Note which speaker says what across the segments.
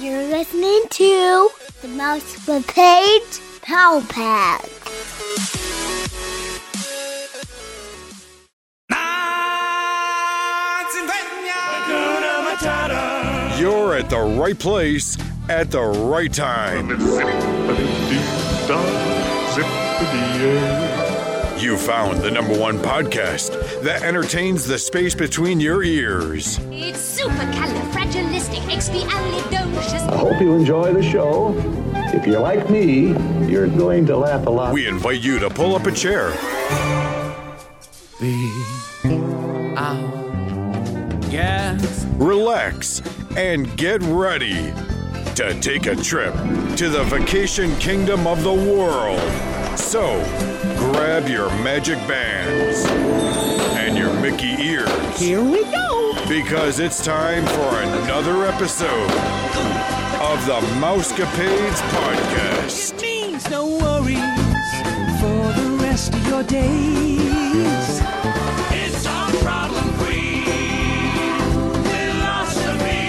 Speaker 1: listening to the Mouse Brigade Power Pack.
Speaker 2: You're at the right place at the right time. You found the number one podcast that entertains the space between your ears.
Speaker 3: It's supercalifragilisticexpialidocious.
Speaker 4: I hope you enjoy the show. If you're like me, you're going to laugh a lot.
Speaker 2: We invite you to pull up a chair,
Speaker 5: Yes.
Speaker 2: relax, and get ready to take a trip to the vacation kingdom of the world. So, grab your magic bands and your Mickey ears.
Speaker 5: Here we go.
Speaker 2: because it's time for another episode of the Mousecapades Podcast.
Speaker 5: It means no worries for the rest of your days. It's our problem queen. Philosophy.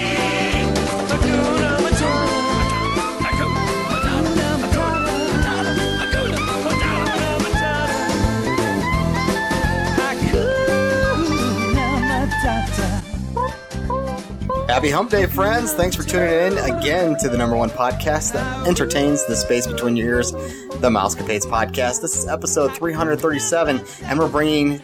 Speaker 5: Hakuna Matata. Hakuna Matata. Hakuna Matata. Hakuna Matata.
Speaker 6: Happy Hump Day, friends. Thanks for tuning in again to the number one podcast that entertains the space between your ears, the Mousecapades Podcast. This is episode 337, and we're bringing,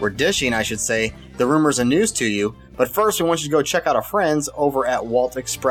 Speaker 6: we're dishing, I should say, the rumors and news to you. But first, we want you to go check out our friends over at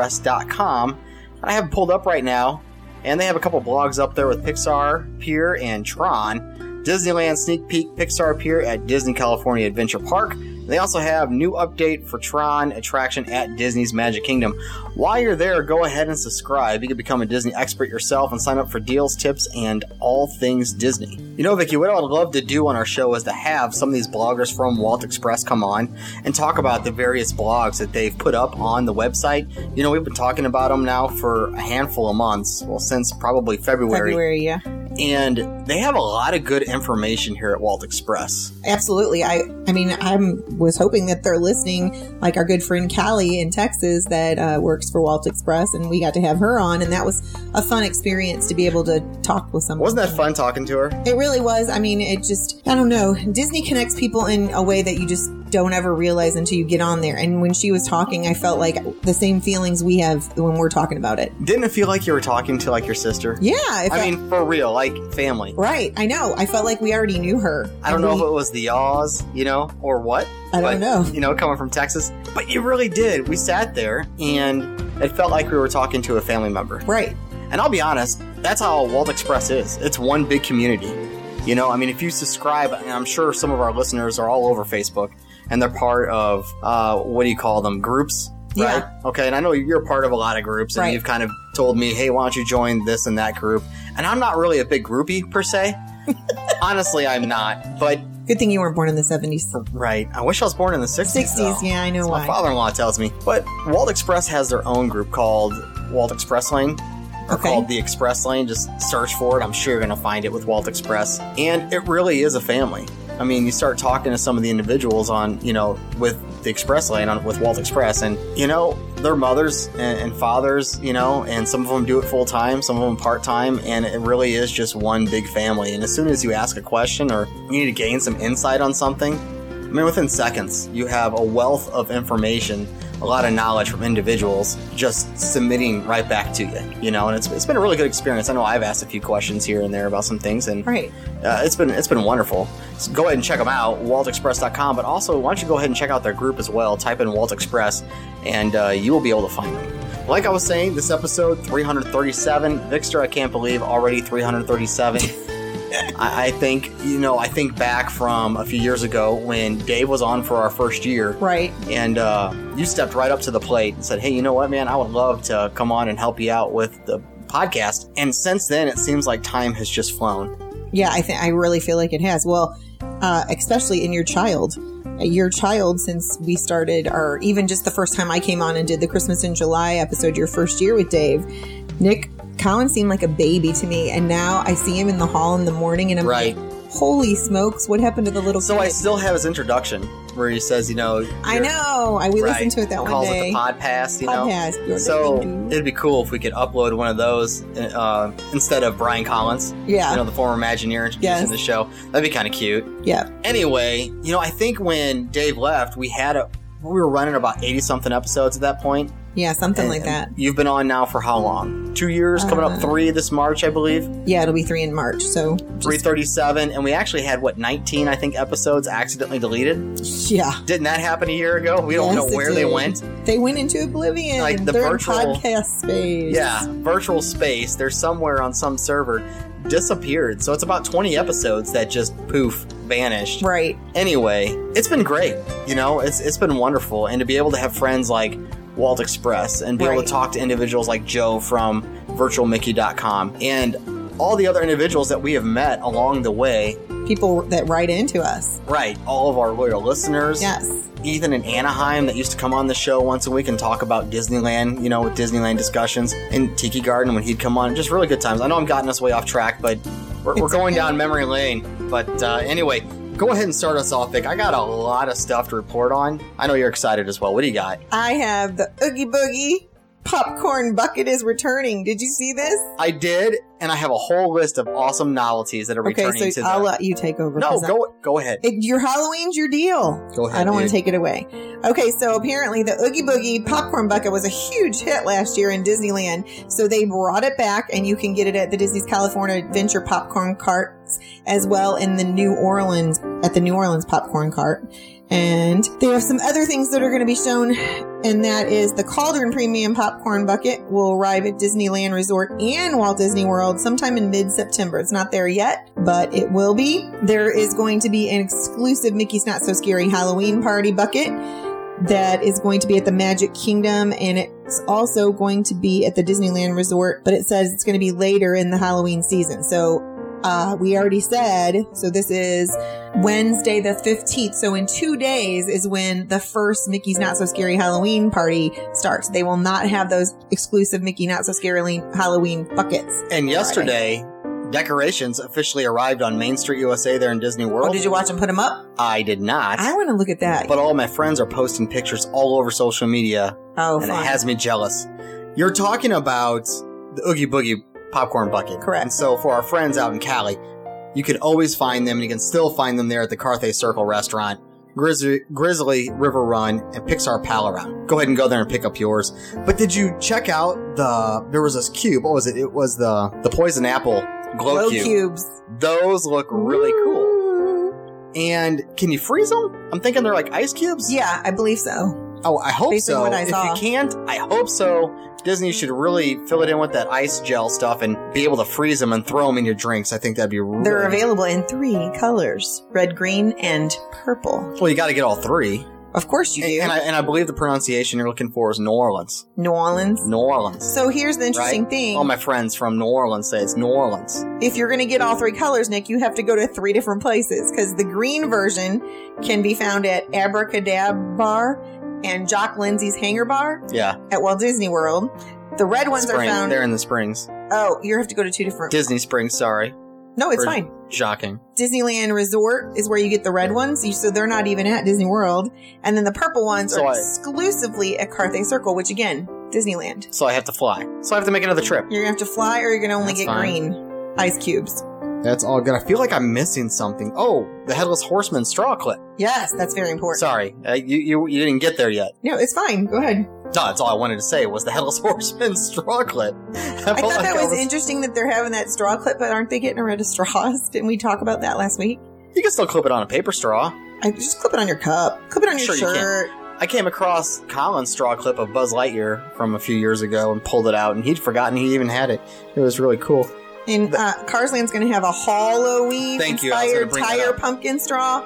Speaker 6: waltexpress.com. I have them pulled up right now, and they have a couple blogs up there with Pixar, Pier, and Tron. Disneyland Sneak Peek Pixar Pier at Disney California Adventure Park. They also have new update for Tron attraction at Disney's Magic Kingdom. While you're there, go ahead and subscribe. You can become a Disney expert yourself and sign up for deals, tips, and all things Disney. You know, Vicky, what I would love to do on our show is to have some of these bloggers from Walt Express come on and talk about the various blogs that they've put up on the website. You know, we've been talking about them now for a handful of months, well, since probably
Speaker 7: February, yeah.
Speaker 6: and they have a lot of good information here at Walt Express.
Speaker 7: Absolutely. I I mean, I was hoping that they're listening, like our good friend Callie in Texas that uh, works for Walt Express, and we got to have her on, and that was a fun experience to be able to talk with someone.
Speaker 6: Wasn't that fun talking to her?
Speaker 7: It really was. I mean, it just, I don't know. Disney connects people in a way that you just don't ever realize until you get on there. And when she was talking, I felt like the same feelings we have when we're talking about it.
Speaker 6: Didn't it feel like you were talking to like your sister?
Speaker 7: Yeah.
Speaker 6: I
Speaker 7: it felt-
Speaker 6: mean, for real, like family.
Speaker 7: right. I know. I felt like we already knew her.
Speaker 6: I don't
Speaker 7: And
Speaker 6: know
Speaker 7: we-
Speaker 6: if it was the yaws, you know, or what.
Speaker 7: I
Speaker 6: but,
Speaker 7: don't know.
Speaker 6: You know, coming from Texas, but you really did. We sat there, and it felt like we were talking to a family member.
Speaker 7: Right.
Speaker 6: And I'll be honest, that's how Walt Express is. It's one big community. You know, I mean, if you subscribe, and I'm sure some of our listeners are all over Facebook, and they're part of uh, what do you call them? Groups, right? Okay, and I know you're part of a lot of groups, and
Speaker 7: Right.
Speaker 6: you've kind of told me, hey, why don't you join this and that group? And I'm not really a big groupie per se. Honestly, I'm not. But
Speaker 7: Good thing you weren't born in the 70s.
Speaker 6: right, I wish I was born in the '60s.
Speaker 7: 60s.
Speaker 6: though.
Speaker 7: Yeah, I know
Speaker 6: That's
Speaker 7: why.
Speaker 6: my father-in-law tells me. But Walt Express has their own group called Walt Express Lane. Or
Speaker 7: Okay.
Speaker 6: called the Express Lane. Just search for it. I'm sure you're going to find it with Walt Express. And it really is a family. I mean, you start talking to some of the individuals on, you know, with the Express Lane, on, with Walt Express, and, you know, their mothers and, and fathers, you know, and some of them do it full time, some of them part time, and it really is just one big family. And as soon as you ask a question or you need to gain some insight on something, I mean, within seconds, you have a wealth of information, a lot of knowledge from individuals just submitting right back to you, you know. And it's, it's been a really good experience. I know I've asked a few questions here and there about some things, and
Speaker 7: Right.
Speaker 6: uh, it's been it's been wonderful. So go ahead and check them out, waltexpress.com. But also, why don't you go ahead and check out their group as well? Type in Walt Express, and uh, you will be able to find them. Like I was saying, this episode 337. Vixter, I can't believe already 337. I, I think you know. I think back from a few years ago when Dave was on for our first year,
Speaker 7: Right.
Speaker 6: and uh, you stepped right up to the plate and said, "Hey, you know what, man? I would love to come on and help you out with the podcast." And since then, it seems like time has just flown.
Speaker 7: Yeah, I think I really feel like it has. Well, uh, especially in your child, Uh, your child since we started, or even just the first time I came on and did the Christmas in July episode, your first year with Dave, Nick Collins seemed like a baby to me, and now I see him in the hall in the morning, and I'm
Speaker 6: Right.
Speaker 7: like, Holy smokes! What happened to the little?
Speaker 6: So I
Speaker 7: kid?
Speaker 6: still have his introduction where he says, you know,
Speaker 7: I
Speaker 6: you're-
Speaker 7: know. I we
Speaker 6: right,
Speaker 7: listened to it that one
Speaker 6: calls
Speaker 7: day.
Speaker 6: it the podcast, you
Speaker 7: Podcast,
Speaker 6: know.
Speaker 7: your
Speaker 6: So
Speaker 7: name.
Speaker 6: it'd be cool if we could upload one of those uh, instead of Brian Collins,
Speaker 7: yeah,
Speaker 6: you know, the former Imagineer introducing
Speaker 7: Yes.
Speaker 6: the show. That'd be kind of cute.
Speaker 7: yeah.
Speaker 6: Anyway, you know, I think when Dave left, we had a we were running about eighty something episodes at that point.
Speaker 7: Yeah, something
Speaker 6: And-
Speaker 7: like that.
Speaker 6: You've been on now for how long? Two years, coming
Speaker 7: Uh,
Speaker 6: up three this March, I believe.
Speaker 7: Yeah, it'll be three in March. So just-
Speaker 6: Three thirty-seven, and we actually had what nineteen, I think, episodes accidentally deleted.
Speaker 7: yeah,
Speaker 6: Didn't that happen a year ago? We don't
Speaker 7: Yes,
Speaker 6: know
Speaker 7: it
Speaker 6: where they
Speaker 7: did.
Speaker 6: went.
Speaker 7: they went into oblivion.
Speaker 6: Like the
Speaker 7: They're
Speaker 6: virtual-
Speaker 7: in podcast space.
Speaker 6: Yeah, virtual space. They're somewhere on some server. Disappeared. So it's about twenty episodes that just poof vanished.
Speaker 7: right.
Speaker 6: anyway, it's been great. You know, it's it's been wonderful, and to be able to have friends like Walt Express and be able
Speaker 7: Right.
Speaker 6: to talk to individuals like Joe from virtualmickey.com and all the other individuals that we have met along the way.
Speaker 7: People that write into us.
Speaker 6: Right, all of our loyal listeners.
Speaker 7: Yes,
Speaker 6: Ethan in Anaheim that used to come on the show once a week and talk about Disneyland, you know, with Disneyland discussions and Tiki Garden when he'd come on. Just really good times. I know I'm gotten us way off track, but we're, we're
Speaker 7: It's
Speaker 6: going
Speaker 7: okay.
Speaker 6: down memory lane. But uh, anyway, go ahead and start us off, Vic. I got a lot of stuff to report on. I know you're excited as well. What do you got?
Speaker 7: I have the Oogie Boogie popcorn bucket is returning. Did you see this?
Speaker 6: I did, and I have a whole list of awesome novelties that are
Speaker 7: Okay,
Speaker 6: returning
Speaker 7: so
Speaker 6: to
Speaker 7: I'll
Speaker 6: the.
Speaker 7: let you take over.
Speaker 6: no,
Speaker 7: 'cause I-
Speaker 6: go go ahead.
Speaker 7: It, your Halloween's your deal.
Speaker 6: Go ahead,
Speaker 7: I don't want
Speaker 6: dude.
Speaker 7: to take it away. Okay, so apparently the Oogie Boogie popcorn bucket was a huge hit last year in Disneyland, so they brought it back, and you can get it at the Disney's California Adventure popcorn carts as well in the New Orleans at the New Orleans popcorn cart. And they have some other things that are going to be shown, and that is the Cauldron Premium Popcorn Bucket will arrive at Disneyland Resort and Walt Disney World sometime in mid September. It's not there yet, but it will be. There is going to be an exclusive Mickey's Not So Scary Halloween Party Bucket that is going to be at the Magic Kingdom and it's also going to be at the Disneyland Resort, but it says it's going to be later in the Halloween season. So uh, we already said, so this is Wednesday the 15th. So in two days is when the first Mickey's Not So Scary Halloween party starts. They will not have those exclusive Mickey Not So Scary Halloween buckets.
Speaker 6: And yesterday, decorations officially arrived on Main Street USA there in Disney World.
Speaker 7: Oh, did you watch them put them up?
Speaker 6: I did not.
Speaker 7: I want to look at that.
Speaker 6: but all my friends are posting pictures all over social media,
Speaker 7: Oh,
Speaker 6: and
Speaker 7: fun.
Speaker 6: it has me jealous. You're talking about the Oogie Boogie popcorn bucket.
Speaker 7: Correct.
Speaker 6: And so for our friends out in Cali, you can always find them, and you can still find them there at the Carthay Circle restaurant, Grizzly, Grizzly River Run, and Pixar Pal Around. Go ahead and go there and pick up yours. But did you check out the, there was this cube, what was it? It was the, the poison apple glow,
Speaker 7: Glow
Speaker 6: cube.
Speaker 7: cubes.
Speaker 6: Those look really cool. And can you freeze them? I'm thinking they're like ice cubes.
Speaker 7: Mm. Yeah, I believe so.
Speaker 6: Oh, I hope
Speaker 7: Based on
Speaker 6: so.
Speaker 7: what I
Speaker 6: if
Speaker 7: saw.
Speaker 6: you can't, I hope so. Disney should really fill it in with that ice gel stuff and be able to freeze them and throw them in your drinks. I think that'd be really
Speaker 7: They're available in three colors red, green, and purple.
Speaker 6: Well, you got to get all three.
Speaker 7: Of course you
Speaker 6: And,
Speaker 7: do.
Speaker 6: and I, and I believe the pronunciation you're looking for is New Orleans.
Speaker 7: New Orleans.
Speaker 6: New Orleans.
Speaker 7: So here's the interesting
Speaker 6: right?
Speaker 7: thing.
Speaker 6: All my friends from New Orleans say it's New Orleans.
Speaker 7: if you're going to get all three colors, Nick, you have to go to three different places because the green version can be found at Abracadab Bar and Jock Lindsay's Hangar Bar
Speaker 6: Yeah.
Speaker 7: at Walt Disney World. The red ones
Speaker 6: Spring.
Speaker 7: are found.
Speaker 6: They're in the Springs.
Speaker 7: Oh, you have to go to two different.
Speaker 6: Disney Springs, sorry.
Speaker 7: no, it's
Speaker 6: or-
Speaker 7: fine.
Speaker 6: Shocking.
Speaker 7: Disneyland Resort is where you get the red ones, you- so they're not even at Disney World. And then the purple ones
Speaker 6: So
Speaker 7: are
Speaker 6: I-
Speaker 7: exclusively at Carthay Circle, which again, Disneyland.
Speaker 6: So I have to fly. So I have to make another trip.
Speaker 7: You're gonna have to fly, or you're gonna only
Speaker 6: That's
Speaker 7: get
Speaker 6: fine.
Speaker 7: green ice cubes.
Speaker 6: That's all good. I feel like I'm missing something. Oh, the Headless Horseman straw clip.
Speaker 7: Yes, that's very important.
Speaker 6: Sorry, uh, you, you you didn't get there yet.
Speaker 7: No, it's fine. Go ahead.
Speaker 6: No, that's all I wanted to say was the Headless Horseman straw clip. I,
Speaker 7: I thought that was interesting that they're having that straw clip, but aren't they getting rid of straws? Didn't we talk about that last week?
Speaker 6: You can still clip it on a paper straw.
Speaker 7: I just clip it on your cup, clip it on
Speaker 6: Sure
Speaker 7: your
Speaker 6: you can.
Speaker 7: shirt.
Speaker 6: I came across Colin's straw clip of Buzz Lightyear from a few years ago and pulled it out, and he'd forgotten he even had it. It was really cool.
Speaker 7: And uh, Carsland's going to have a Halloween
Speaker 6: Thank you, I was gonna
Speaker 7: inspired
Speaker 6: bring that
Speaker 7: tire
Speaker 6: up.
Speaker 7: pumpkin straw,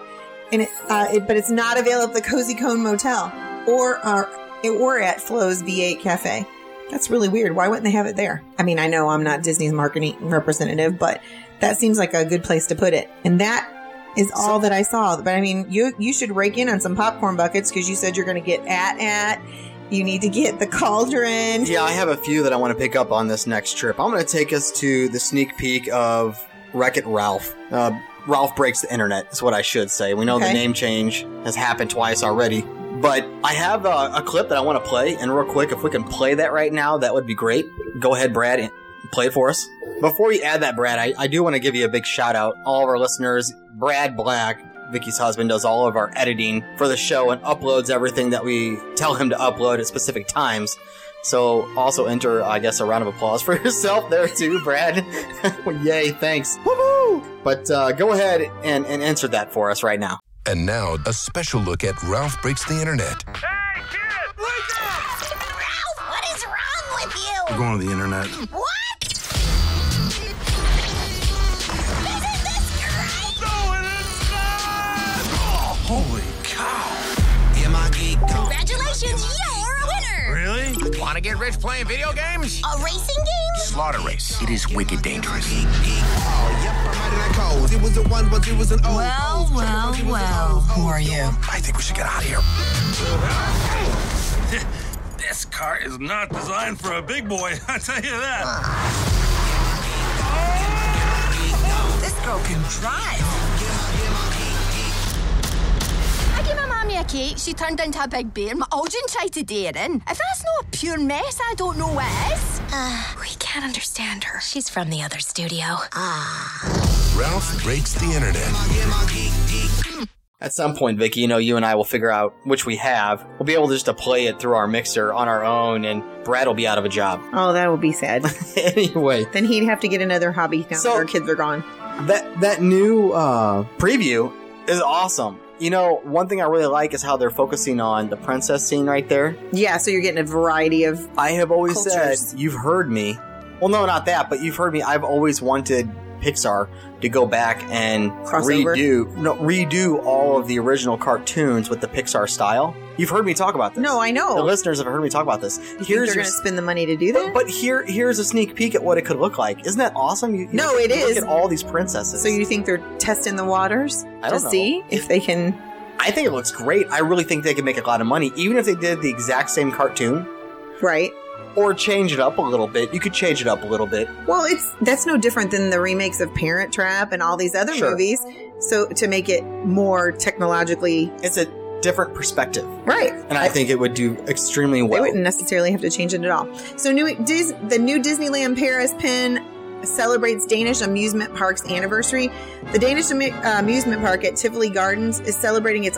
Speaker 7: and it, uh, it, but it's not available at the Cozy Cone Motel or our, or at Flo's V8 Cafe. That's really weird. Why wouldn't they have it there? I mean, I know I'm not Disney's marketing representative, but that seems like a good place to put it. And that is all that I saw. But I mean, you you should rake in on some popcorn buckets because you said you're going to get at at. You need to get the cauldron.
Speaker 6: Yeah, I have a few that I want to pick up on this next trip. I'm going to take us to the sneak peek of Wreck It Ralph. Uh, Ralph Breaks the Internet is what I should say. We know the
Speaker 7: Okay.
Speaker 6: name change has happened twice already. But I have uh, a, a clip that I want to play, and real quick, if we can play that right now, that would be great. Go ahead, Brad, and play it for us. Before you add that, Brad, I, I do want to give you a big shout out. All of our listeners, Brad Black, Vicky's husband, does all of our editing for the show and uploads everything that we tell him to upload at specific times. So, also enter, I guess, a round of applause for yourself there, too, Brad. Yay, thanks. But uh, go ahead and, and answer that for us right now.
Speaker 3: And now, a special look at Ralph Breaks the Internet.
Speaker 1: Ralph, what is wrong with you?
Speaker 8: Going to the internet.
Speaker 1: What? Isn't this great?
Speaker 8: Holy cow! Am I geek?
Speaker 1: Congratulations, you're a winner!
Speaker 8: Really? Want to get rich playing video games?
Speaker 1: A racing game?
Speaker 8: Slaughter race. It is wicked dangerous.
Speaker 9: Oh,
Speaker 1: Well, well, well.
Speaker 8: Who are you? I think we should get out of here.
Speaker 9: This car is not designed for a big boy, I tell you that.
Speaker 10: This girl can drive.
Speaker 11: I gave my mammy a cake, she turned into a big bear, my Aldrin tried to dare in. If that's not a pure mess, I don't know what is.
Speaker 10: We can't understand her. She's from the other studio.
Speaker 3: Ralph Breaks the Internet.
Speaker 6: At some point, Vicky, you know, you and I will figure out which we have. We'll be able just to play it through our mixer on our own, and Brad will be out of a job.
Speaker 7: Oh, that would be sad.
Speaker 6: anyway,
Speaker 7: then he'd have to get another hobby now
Speaker 6: So-
Speaker 7: that our kids are gone.
Speaker 6: that that new uh, preview is awesome. You know, one thing I really like is how they're focusing on the princess scene right there.
Speaker 7: Yeah, so you're getting a variety of.
Speaker 6: I have always
Speaker 7: Cultures.
Speaker 6: said, you've heard me. Well, no, not that, but you've heard me. I've always wanted Pixar to go back and
Speaker 7: Crossover.
Speaker 6: redo, no, redo all of the original cartoons with the Pixar style. You've heard me talk about this.
Speaker 7: No, I know.
Speaker 6: The listeners have heard me talk about this.
Speaker 7: You think
Speaker 6: Here's
Speaker 7: they're
Speaker 6: your
Speaker 7: going to spend the money to do
Speaker 6: But,
Speaker 7: that.
Speaker 6: but here, here's a sneak peek at what it could look like. Isn't that awesome? You, you
Speaker 7: No,
Speaker 6: look-
Speaker 7: it
Speaker 6: you
Speaker 7: is.
Speaker 6: Look at all these princesses.
Speaker 7: so you think they're testing the waters
Speaker 6: I
Speaker 7: to
Speaker 6: don't know.
Speaker 7: see if they can?
Speaker 6: I think it looks great. I really think they could make a lot of money, even if they did the exact same cartoon
Speaker 7: Right.
Speaker 6: or change it up a little bit. You could change it up a little bit.
Speaker 7: Well, it's that's no different than the remakes of Parent Trap and all these other
Speaker 6: Sure.
Speaker 7: movies. So to make it more technologically
Speaker 6: It's a different perspective,
Speaker 7: right,
Speaker 6: and I think it would do extremely
Speaker 7: they
Speaker 6: well.
Speaker 7: wouldn't necessarily have to change it at all. So new Dis, the new Disneyland Paris pin celebrates Danish amusement park's anniversary. The Danish amu- uh, amusement park at Tivoli Gardens is celebrating its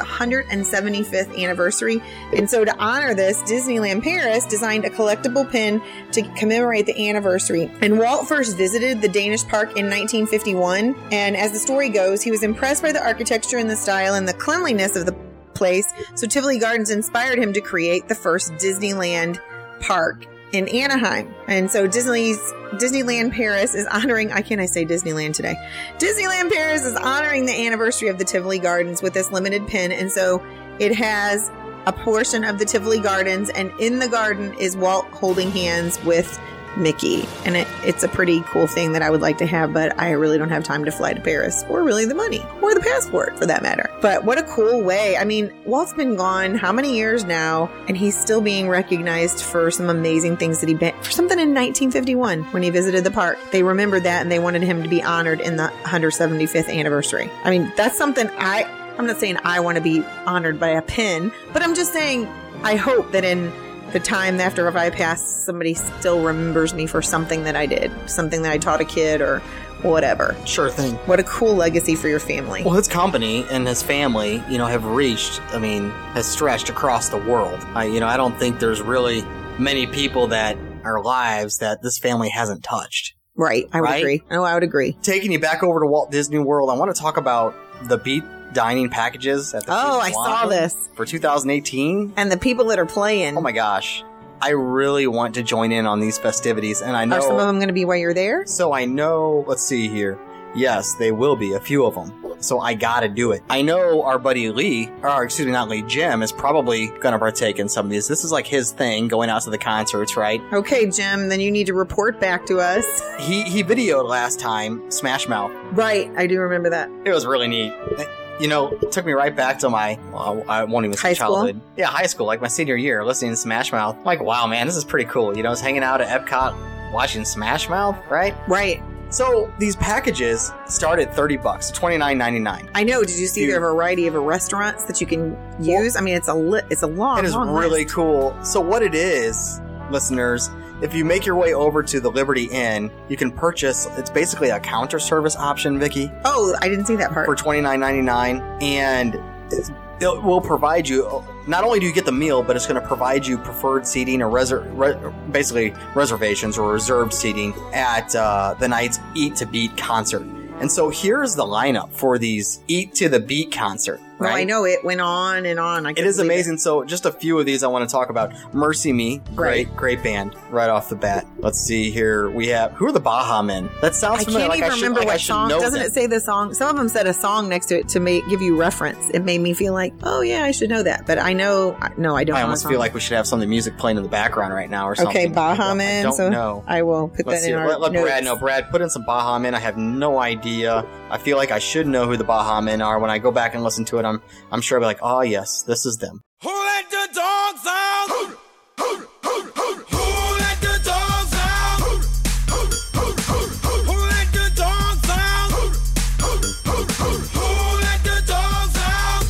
Speaker 7: 175th anniversary, and so to honor this, Disneyland Paris designed a collectible pin to commemorate the anniversary. And Walt first visited the Danish park in 1951, and as the story goes, he was impressed by the architecture and the style and the cleanliness of the place, so Tivoli Gardens inspired him to create the first Disneyland park in Anaheim. And so Disney's Disneyland Paris is honoring I can't I say Disneyland today. Disneyland Paris is honoring the anniversary of the Tivoli Gardens with this limited pin and so it has a portion of the Tivoli Gardens and in the garden is Walt holding hands with Mickey and it, it's a pretty cool thing that I would like to have, but I really don't have time to fly to Paris or really the money or the passport for that matter. But what a cool way! I mean, Walt's been gone how many years now, and he's still being recognized for some amazing things that he been for something in 1951 when he visited the park. They remembered that and they wanted him to be honored in the 175th anniversary. I mean, that's something I. I'm not saying I want to be honored by a pin, but I'm just saying I hope that in the time after if I pass, somebody still remembers me for something that I did, something that I taught a kid or whatever.
Speaker 6: Sure thing.
Speaker 7: What a cool legacy for your family.
Speaker 6: Well, his company and his family, you know, have reached, I mean, has stretched across the world. I, you know, I don't think there's really many people that are lives that this family hasn't touched.
Speaker 7: Right, I would
Speaker 6: Right?
Speaker 7: agree. Oh, I would agree.
Speaker 6: Taking you back over to Walt Disney World, I want to talk about the beat dining packages at the
Speaker 7: Oh,
Speaker 6: Food
Speaker 7: I
Speaker 6: Lion
Speaker 7: saw this.
Speaker 6: for 2018.
Speaker 7: And the people that are playing
Speaker 6: Oh my gosh. I really want to join in on these festivities and I know
Speaker 7: are some of them going to be while you're there?
Speaker 6: so I know, let's see here. Yes, they will be, a few of them. So I gotta do it. I know our buddy Lee, or excuse me, not Lee, Jim, is probably gonna partake in some of these. This is like his thing, going out to the concerts, right?
Speaker 7: Okay, Jim, then you need to report back to us.
Speaker 6: He, he videoed last time Smash Mouth.
Speaker 7: Right, I do remember that.
Speaker 6: It was really neat. You know, it took me right back to my, well, I won't even say
Speaker 7: High school?
Speaker 6: childhood. Yeah, high school, like my senior year, listening to Smash Mouth. I'm like, wow, man, this is pretty cool. You know, I was hanging out at Epcot watching Smash Mouth, right?
Speaker 7: Right.
Speaker 6: So these packages start at 30 bucks, 29.99.
Speaker 7: I know. Did you see
Speaker 6: Dude.
Speaker 7: there are a variety of restaurants that you can use? I mean, it's a li- it's a long.
Speaker 6: It is
Speaker 7: long
Speaker 6: really
Speaker 7: list.
Speaker 6: cool. So what it is, listeners, if you make your way over to the Liberty Inn, you can purchase. It's basically a counter service option, Vicky.
Speaker 7: Oh, I didn't see that part.
Speaker 6: For twenty nine ninety nine, and it's, it will provide you. Not only do you get the meal, but it's going to provide you preferred seating or reser- re- basically reservations or reserved seating at uh, the night's Eat to Beat concert. And so here's the lineup for these Eat to the Beat concert.
Speaker 7: Well,
Speaker 6: right?
Speaker 7: I know it went on and on. I
Speaker 6: It
Speaker 7: couldn't
Speaker 6: is
Speaker 7: believe
Speaker 6: amazing. So, just a few of these I want to talk about. Mercy Me, great, great band, right off the bat. Let's see here. We have who are the Baha Men? That sounds
Speaker 7: I
Speaker 6: familiar.
Speaker 7: can't
Speaker 6: like
Speaker 7: even
Speaker 6: I should,
Speaker 7: remember
Speaker 6: like I
Speaker 7: what
Speaker 6: should
Speaker 7: song.
Speaker 6: know
Speaker 7: Doesn't
Speaker 6: them.
Speaker 7: it say the song? Some of them said a song next to it to make give you reference. It made me feel like, oh yeah, I should know that. But I know, I- no, I don't.
Speaker 6: I
Speaker 7: know
Speaker 6: almost
Speaker 7: the
Speaker 6: feel
Speaker 7: song.
Speaker 6: like we should have some of the music playing in the background right now or something.
Speaker 7: okay, Baha
Speaker 6: I
Speaker 7: Man.
Speaker 6: don't
Speaker 7: So
Speaker 6: know.
Speaker 7: I will put
Speaker 6: Let's
Speaker 7: that
Speaker 6: see.
Speaker 7: in our
Speaker 6: Let, let
Speaker 7: notes.
Speaker 6: Brad know. Brad, put in some Baha Men. I have no idea. I feel like I should know who the Baha Men are. When I go back and listen to it, I'm I'm sure I'll be like, oh yes, this is them.
Speaker 8: Who let the dogs out? Who, who, who, who, who let the dogs out? Who, who, who, who, who, who let the dogs out? Who, who, who, who, who let the dogs out?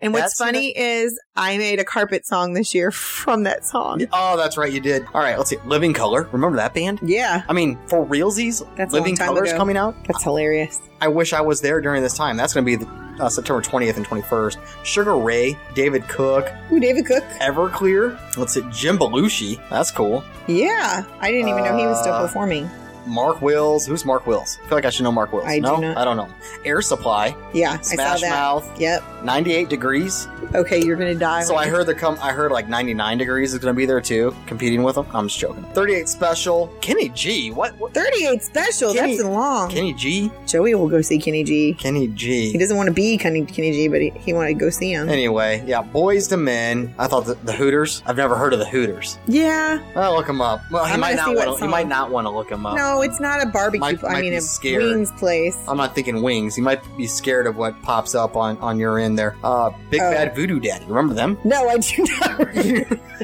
Speaker 7: And what's
Speaker 6: That's gonna-
Speaker 7: funny is I made a carpet song this year from that song.
Speaker 6: Oh, that's right, you did. All right, let's see. Living Color. Remember that band?
Speaker 7: Yeah,
Speaker 6: I mean, for realsies,
Speaker 7: That's a long
Speaker 6: Living
Speaker 7: time
Speaker 6: Color's
Speaker 7: ago.
Speaker 6: coming out.
Speaker 7: that's hilarious.
Speaker 6: I wish I was there during this time. That's going to be uh, September 20th and 21st. Sugar Ray, David Cook,
Speaker 7: Ooh, David Cook.
Speaker 6: Everclear. Let's see, Jim Belushi. That's cool.
Speaker 7: Yeah, I didn't even know he was still
Speaker 6: Uh,
Speaker 7: performing.
Speaker 6: Mark Wills. Who's Mark Wills? I feel like I should know Mark Wills.
Speaker 7: I do
Speaker 6: no,
Speaker 7: not.
Speaker 6: I don't know. Air Supply,
Speaker 7: Yeah, I
Speaker 6: Smash
Speaker 7: saw that.
Speaker 6: Mouth,
Speaker 7: Yep.
Speaker 6: 98 Degrees.
Speaker 7: Okay, you're gonna die.
Speaker 6: So
Speaker 7: when
Speaker 6: I
Speaker 7: you-
Speaker 6: heard they're come. I heard like 99 Degrees is going to be there too, competing with them. I'm just joking. 38 Special, Kenny G. What? what?
Speaker 7: 38 special.
Speaker 6: Kenny-
Speaker 7: that's long.
Speaker 6: Kenny G.
Speaker 7: Joey will go see Kenny G.
Speaker 6: Kenny G.
Speaker 7: He doesn't want to be Kenny, Kenny G, but he, he wanted to go see him.
Speaker 6: Anyway, yeah, boys to men. I thought the, the Hooters. I've never heard of the Hooters.
Speaker 7: yeah.
Speaker 6: I'll look him up. Well, he
Speaker 7: I'm
Speaker 6: might
Speaker 7: gonna see
Speaker 6: not
Speaker 7: what
Speaker 6: want to. He
Speaker 7: song.
Speaker 6: might not want to look him up.
Speaker 7: no, it's not a barbecue.
Speaker 6: Might-
Speaker 7: I
Speaker 6: Uh, might
Speaker 7: mean,
Speaker 6: be
Speaker 7: a
Speaker 6: scared. Uh,
Speaker 7: wings place.
Speaker 6: I'm not thinking wings. He might be scared of what pops up on on your end there. Uh, Big
Speaker 7: Oh.
Speaker 6: Bad Voodoo Daddy. Remember them?
Speaker 7: No, I do not.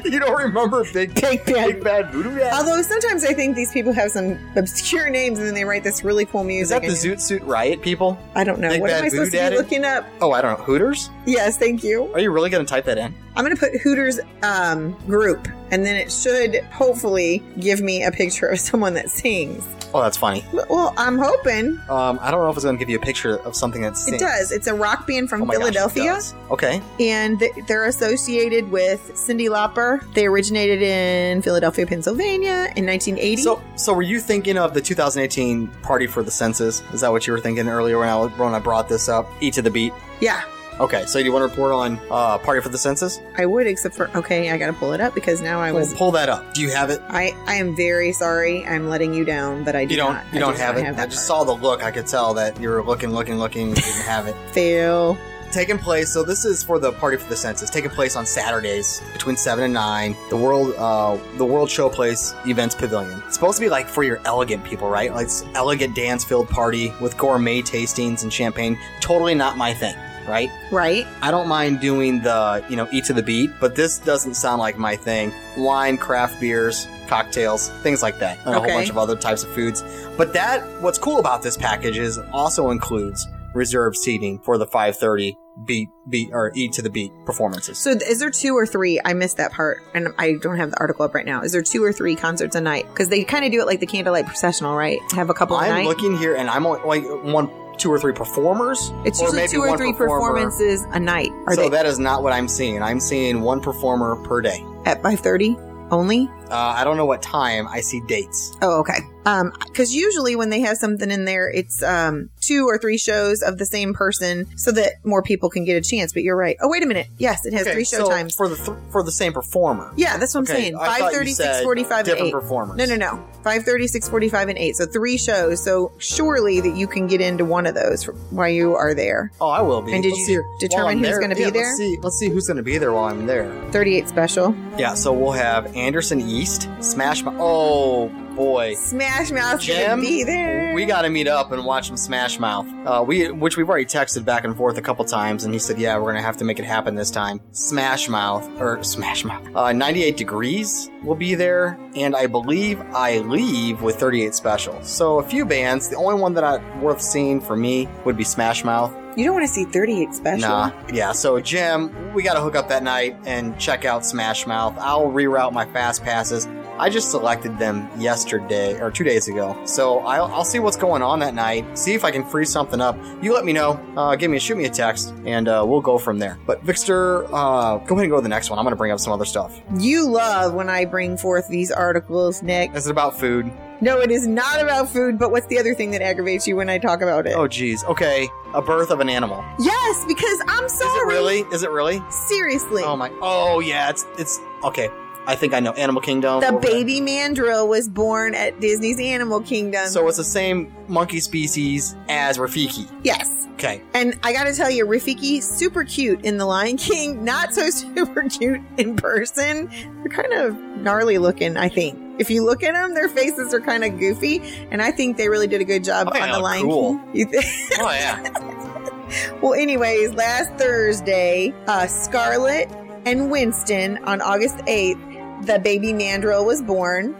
Speaker 6: you don't remember Big
Speaker 7: Big Bad-
Speaker 6: Big Bad Voodoo Daddy?
Speaker 7: Although sometimes I think these people have some obscure names and then they write this really cool music.
Speaker 6: Is that the
Speaker 7: and-
Speaker 6: Zoot Suit Riot people?
Speaker 7: I don't know.
Speaker 6: Big
Speaker 7: what
Speaker 6: Bad
Speaker 7: am I
Speaker 6: Voodoo
Speaker 7: supposed
Speaker 6: Daddy?
Speaker 7: to be looking up?
Speaker 6: Oh, I don't know. Hooters?
Speaker 7: Yes, thank you.
Speaker 6: Are you really going to type that in?
Speaker 7: I'm going to put Hooters um, group and then it should hopefully give me a picture of someone that sings.
Speaker 6: Oh, that's funny.
Speaker 7: Well, I'm hoping
Speaker 6: Um, I don't know if it's going to give you a picture of something that sings.
Speaker 7: it does. It's a rock band from
Speaker 6: Oh my gosh, it
Speaker 7: Philadelphia.
Speaker 6: does. okay.
Speaker 7: and th- they're associated with Cindy Lauper. They originated in Philadelphia, Pennsylvania in 1980.
Speaker 6: So, so were you thinking of the 2018 party for the census? Is that what you were thinking earlier when I was- when I brought this up? Eat to the beat.
Speaker 7: yeah,
Speaker 6: Okay, so do you want to report on uh, party for the census?
Speaker 7: I would, except for okay, I got to pull it up because now I
Speaker 6: Well,
Speaker 7: was.
Speaker 6: pull that up. Do you have it?
Speaker 7: I, I am very sorry. I'm letting you down, but I do
Speaker 6: You don't.
Speaker 7: Not,
Speaker 6: You
Speaker 7: I
Speaker 6: don't
Speaker 7: do
Speaker 6: have
Speaker 7: not
Speaker 6: it. I
Speaker 7: that
Speaker 6: just saw
Speaker 7: part.
Speaker 6: the look. I could tell that you were looking, looking, looking. and You didn't have it.
Speaker 7: fail.
Speaker 6: Taking place. So this is for the party for the census. Taking place on Saturdays between seven and nine. The world, uh, the World Showplace Events Pavilion. It's supposed to be like for your elegant people, right? Like it's elegant dance-filled party with gourmet tastings and champagne. Totally not my thing, right?
Speaker 7: Right?
Speaker 6: I don't mind doing the, you know, eat to the beat, but this doesn't sound like my thing. Wine, craft beers, cocktails, things like that. And a whole
Speaker 7: Okay.
Speaker 6: bunch of other types of foods. But that what's cool about this package is it also includes reserved seating for the 530 beat beat or eat to the beat performances.
Speaker 7: So, th- is there two or three? I missed that part, and I don't have the article up right now. Is there two or three concerts a night? Because they kind of do it like the candlelight processional, right? Have a couple a
Speaker 6: I'm
Speaker 7: night.
Speaker 6: looking here and I'm only like one two or three performers.
Speaker 7: it's
Speaker 6: or
Speaker 7: usually
Speaker 6: maybe
Speaker 7: two or
Speaker 6: one
Speaker 7: three
Speaker 6: performer.
Speaker 7: performances a night. Are
Speaker 6: so
Speaker 7: they
Speaker 6: that is not what I'm seeing. I'm seeing one performer per day.
Speaker 7: at 5:30 only?
Speaker 6: Uh, I don't know what time. I see dates.
Speaker 7: Oh, okay. Um, because usually when they have something in there, it's um two or three shows of the same person, so that more people can get a chance. But you're right. Oh, wait a minute. Yes, it has
Speaker 6: Okay,
Speaker 7: three show
Speaker 6: so
Speaker 7: times.
Speaker 6: for the th- for the same performer.
Speaker 7: Yeah, that's what I'm
Speaker 6: Okay,
Speaker 7: saying.
Speaker 6: I thought you
Speaker 7: 5.30,
Speaker 6: said
Speaker 7: 6.45, and
Speaker 6: different
Speaker 7: 8.
Speaker 6: performers.
Speaker 7: No, no, no. 5.30, 6.45, and 8. So three shows. So surely that you can get into one of those while you are there.
Speaker 6: Oh, I will be.
Speaker 7: And did
Speaker 6: Let's
Speaker 7: you
Speaker 6: see here.
Speaker 7: determine
Speaker 6: While I'm
Speaker 7: who's
Speaker 6: there-
Speaker 7: gonna be
Speaker 6: yeah,
Speaker 7: there?
Speaker 6: Let's see, let's see who's going to be there while I'm there.
Speaker 7: 38 special.
Speaker 6: Yeah, so we'll have Anderson East, Smash Mouth. Oh, boy.
Speaker 7: Smash Mouth's gonna
Speaker 6: Jim,
Speaker 7: be there.
Speaker 6: We got to meet up and watch him Smash Mouth. Uh, we, which we've already texted back and forth a couple times, and he said, "Yeah, we're gonna have to make it happen this time." Smash Mouth or Smash Mouth. Uh, 98 degrees will be there, and I believe I leave with 38 Special. So a few bands. The only one that I worth seeing for me would be Smash Mouth.
Speaker 7: You don't want to see 38 special.
Speaker 6: Nah, yeah. So Jim, we got to hook up that night and check out Smash Mouth. I'll reroute my fast passes. I just selected them yesterday or two days ago, so I'll, I'll see what's going on that night. See if I can free something up. You let me know. Uh, give me shoot me a text, and uh, we'll go from there. But Vixter, uh, go ahead and go to the next one. I'm gonna bring up some other stuff.
Speaker 7: You love when I bring forth these articles, Nick.
Speaker 6: Is it about food?
Speaker 7: No, it is not about food, but what's the other thing that aggravates you when I talk about it?
Speaker 6: Oh, geez. Okay, a birth of an animal.
Speaker 7: Yes, because I'm sorry.
Speaker 6: Is it really? Is it really?
Speaker 7: Seriously.
Speaker 6: Oh my. Oh yeah. It's it's okay. I think I know Animal Kingdom.
Speaker 7: The
Speaker 6: Over there.
Speaker 7: baby mandrill was born at Disney's Animal Kingdom.
Speaker 6: So it's the same monkey species as Rafiki.
Speaker 7: yes.
Speaker 6: Okay.
Speaker 7: And I gotta tell you, Rafiki, super cute in The Lion King, not so super cute in person. They're kind of gnarly looking, I think. If you look at them, their faces are kind of goofy, and I think they really did a good job
Speaker 6: I think
Speaker 7: on
Speaker 6: they
Speaker 7: The
Speaker 6: look
Speaker 7: Lion
Speaker 6: Oh, cool.
Speaker 7: King. You thi-
Speaker 6: Oh yeah.
Speaker 7: well, anyways, last Thursday, uh, Scarlett and Winston on August 8th, the baby mandrill was born.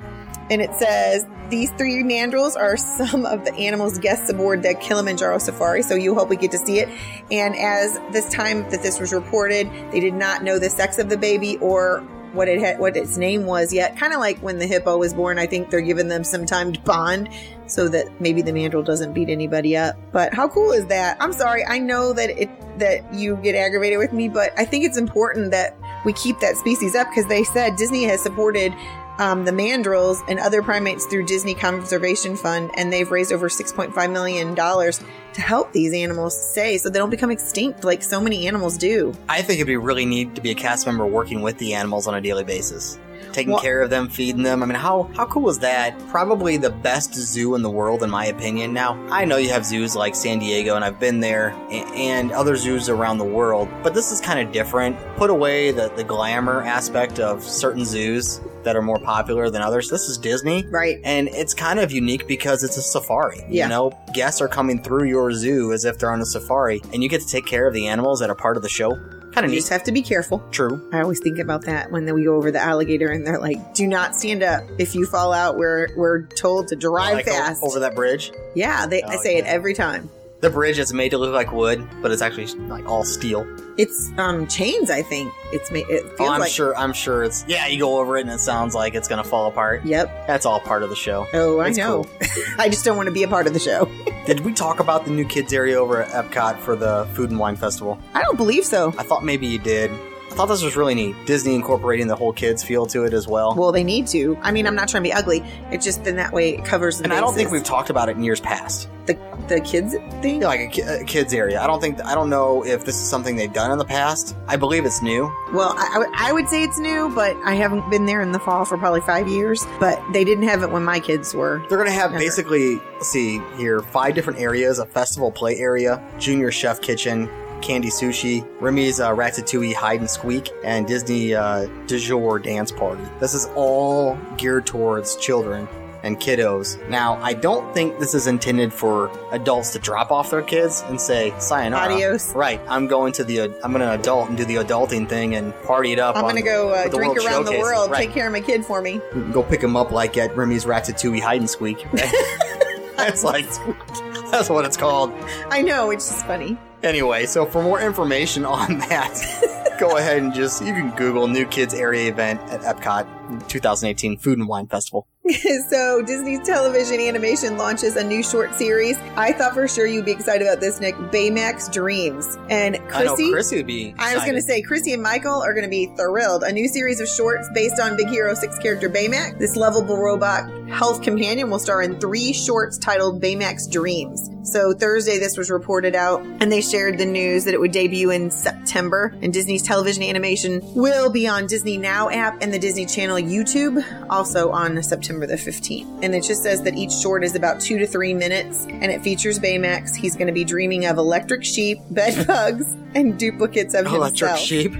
Speaker 7: And it says these three mandrills are some of the animals guests aboard the Kilimanjaro Safari. So you hope we get to see it. And as this time that this was reported, they did not know the sex of the baby or what it had, what its name was yet. Kind of like when the hippo was born, I think they're giving them some time to bond so that maybe the mandrill doesn't beat anybody up. But how cool is that? I'm sorry, I know that it that you get aggravated with me, but I think it's important that we keep that species up because they said Disney has supported um, the mandrills and other primates through Disney Conservation Fund, and they've raised over 6.5 million dollars to help these animals stay so they don't become extinct like so many animals do.
Speaker 6: I think it'd be really neat to be a cast member working with the animals on a daily basis. Taking
Speaker 7: Well-
Speaker 6: care of them, feeding them. I mean, how, how cool is that? Probably the best zoo in the world, in my opinion. Now, I know you have zoos like San Diego, and I've been there, a- and other zoos around the world, but this is kind of different. Put away the, the glamour aspect of certain zoos that are more popular than others. This is Disney.
Speaker 7: Right.
Speaker 6: And it's kind of unique because it's a safari.
Speaker 7: Yeah.
Speaker 6: You know, guests are coming through your zoo as if they're on a safari, and you get to take care of the animals that are part of the show. Kind of
Speaker 7: You
Speaker 6: neat.
Speaker 7: just have to be careful.
Speaker 6: True.
Speaker 7: I always think about that when we go over the alligator and they're like, "Do not stand up. If you fall out, we're we're told to drive
Speaker 6: Like o-
Speaker 7: fast."
Speaker 6: over that bridge.
Speaker 7: yeah, they, I
Speaker 6: Oh,
Speaker 7: say it
Speaker 6: yeah.
Speaker 7: every time.
Speaker 6: The bridge is made to look like wood, but it's actually like all steel.
Speaker 7: It's um chains, I think. It's ma- it feels
Speaker 6: Oh, I'm
Speaker 7: like.
Speaker 6: sure. I'm sure it's yeah. You go over it and it sounds like it's gonna fall apart.
Speaker 7: Yep.
Speaker 6: That's all part of the show.
Speaker 7: Oh, I
Speaker 6: It's
Speaker 7: know. I just don't want to be a part of the show.
Speaker 6: Did we talk about the new kids area over at Epcot for the Food and Wine Festival?
Speaker 7: I don't believe so.
Speaker 6: I thought maybe you did. I thought this was really neat. Disney incorporating the whole kids feel to it as well.
Speaker 7: Well, they need to. I mean, I'm not trying to be ugly. It just then that way it covers the.
Speaker 6: and I don't think we've
Speaker 7: bases.
Speaker 6: talked about it in years past.
Speaker 7: the kids thing.
Speaker 6: Yeah, like a, ki- a kids area. I don't think I don't know if this is something they've done in the past. I believe it's new.
Speaker 7: Well, I, I would- I would say it's new, but I haven't been there in the fall for probably five years. But they didn't have it when my kids were.
Speaker 6: They're gonna have
Speaker 7: Never.
Speaker 6: basically, let's see here, five different areas: a festival play area, junior chef kitchen, candy sushi, Remy's uh, Ratatouille hide and squeak, and Disney uh, du jour dance party. This is all geared towards children and kiddos. Now, I don't think this is intended for adults to drop off their kids and uh, say sayonara.
Speaker 7: Adios.
Speaker 6: Right. I'm going to the. I'm gonna adult and do the adulting thing and party it up.
Speaker 7: I'm
Speaker 6: on-
Speaker 7: gonna go uh,
Speaker 6: with the
Speaker 7: drink
Speaker 6: World
Speaker 7: around the
Speaker 6: Showcase.
Speaker 7: world.
Speaker 6: Right
Speaker 7: Take care of my kid for me.
Speaker 6: go pick him up like at Remy's Ratatouille hide and squeak. that's like that's what it's called.
Speaker 7: I know it's just funny.
Speaker 6: Anyway, so for more information on that, go ahead and just you can Google New Kids Area Event at Epcot 2018 Food and Wine Festival.
Speaker 7: so Disney Television Animation launches a new short series. I thought for sure you'd be excited about this, Nick. Baymax Dreams and
Speaker 6: I know
Speaker 7: Chrissy.
Speaker 6: Chrissy would be.
Speaker 7: I was going to
Speaker 6: excited.
Speaker 7: say, Chrissy and Michael are going to be thrilled. A new series of shorts based on Big Hero 6 character Baymax. This lovable robot health companion will star in three shorts titled Baymax Dreams. So Thursday, this was reported out, and they shared the news that it would debut in September. And Disney's television animation will be on Disney Now app and the Disney Channel YouTube, also on September the 15th. And it just says that each short is about two to three minutes, and it features Baymax. He's going to be dreaming of electric sheep, bed bugs, and duplicates of
Speaker 6: Electric
Speaker 7: himself.
Speaker 6: Sheep.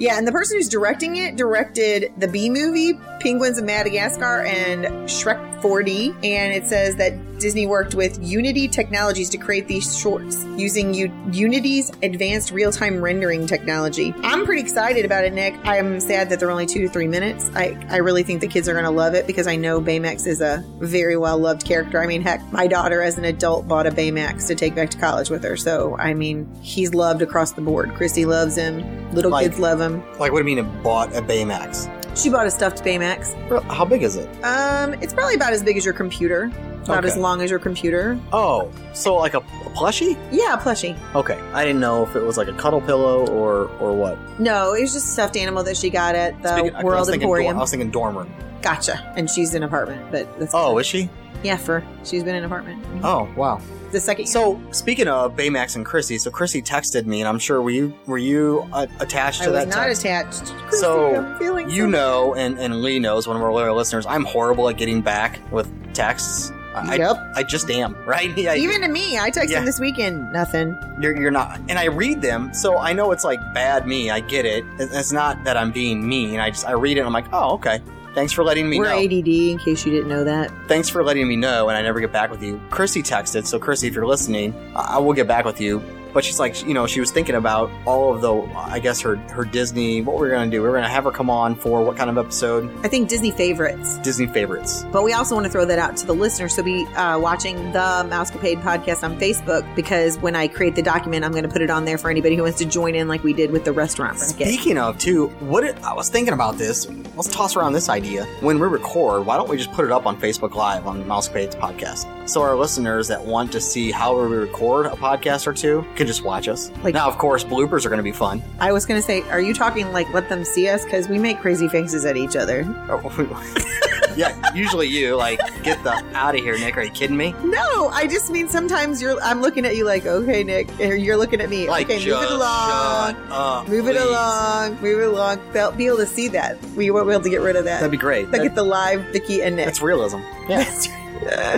Speaker 7: Yeah, and the person who's directing it directed the B movie Penguins of Madagascar and Shrek 4D. And it says that Disney worked with Unity Technologies to create these shorts using U- Unity's advanced real time rendering technology. I'm pretty excited about it, Nick. I'm sad that they're only two to three minutes. I, I really think the kids are going to love it because I know Baymax is a very well loved character. I mean, heck, my daughter as an adult bought a Baymax to take back to college with her. So, I mean, he's loved across the board. Chrissy loves him, little
Speaker 6: Like-
Speaker 7: kids love him.
Speaker 6: Like, what do you mean it bought a Baymax?
Speaker 7: She bought a stuffed Baymax.
Speaker 6: How big is it?
Speaker 7: Um, it's probably about as big as your computer, about
Speaker 6: Okay.
Speaker 7: as long as your computer.
Speaker 6: Oh, so like a, a plushie?
Speaker 7: Yeah, plushie.
Speaker 6: Okay, I didn't know if it was like a cuddle pillow or or what.
Speaker 7: No, it was just a stuffed animal that she got at the
Speaker 6: Speaking- I was
Speaker 7: World
Speaker 6: thinking dor-
Speaker 7: Emporium.
Speaker 6: I was thinking dorm room.
Speaker 7: Gotcha. And she's in apartment, but that's
Speaker 6: Oh, is she?
Speaker 7: yeah, for she's been in apartment.
Speaker 6: Oh, wow.
Speaker 7: The second
Speaker 6: So speaking of Baymax and Chrissy, so Chrissy texted me, and I'm sure were you were you uh, attached
Speaker 7: I
Speaker 6: to
Speaker 7: was
Speaker 6: that
Speaker 7: not
Speaker 6: text?
Speaker 7: attached.
Speaker 6: So,
Speaker 7: Chrissy, I'm feeling
Speaker 6: you
Speaker 7: so-
Speaker 6: know, and, and Lee knows, one of our loyal listeners, I'm horrible at getting back with texts. I,
Speaker 7: Yep.
Speaker 6: I, I just am, right? Yeah,
Speaker 7: even to me, I texted
Speaker 6: Yeah.
Speaker 7: him this weekend. Nothing.
Speaker 6: you're, you're not. And I read them, so I know it's like bad me. I get it. It- It's not that I'm being mean. I just I read it. and I'm like, oh, okay. Thanks for letting me
Speaker 7: We're
Speaker 6: know.
Speaker 7: ADD, in case you didn't know that.
Speaker 6: Thanks for letting me know, and I never get back with you. Chrissy texted, so Chrissy, if you're listening, I, I will get back with you. But she's like, you know, she was thinking about all of the, I guess her her Disney. What we we're gonna do? We We're gonna have her come on for what kind of episode?
Speaker 7: I think Disney favorites.
Speaker 6: Disney favorites.
Speaker 7: But we also want to throw that out to the listeners. So be uh, watching the Mousecapade podcast on Facebook because when I create the document, I'm going to put it on there for anybody who wants to join in, like we did with the restaurant bracket.
Speaker 6: Speaking of too, what it, I was thinking about this. Let's toss around this idea. When we record, why don't we just put it up on Facebook Live on the Mouse Page podcast, so our listeners that want to see how we record a podcast or two can just watch us.
Speaker 7: Like-
Speaker 6: now, of course, bloopers are going to be fun.
Speaker 7: I was going to say, are you talking like let them see us? Because we make crazy faces at each other.
Speaker 6: Oh, yeah, usually you like get the out of here, Nick. Are you kidding me?
Speaker 7: No, I just mean sometimes you're. I'm looking at you like, okay, Nick, or you're looking at me.
Speaker 6: Like,
Speaker 7: okay, move
Speaker 6: just
Speaker 7: it along.
Speaker 6: shut up,
Speaker 7: Move it
Speaker 6: please.
Speaker 7: along, move it along. They'll be able to see that. We won't be able to get rid of that.
Speaker 6: That'd be great.
Speaker 7: They'll
Speaker 6: That-
Speaker 7: get the live Vicky and Nick.
Speaker 6: that's realism. Yeah.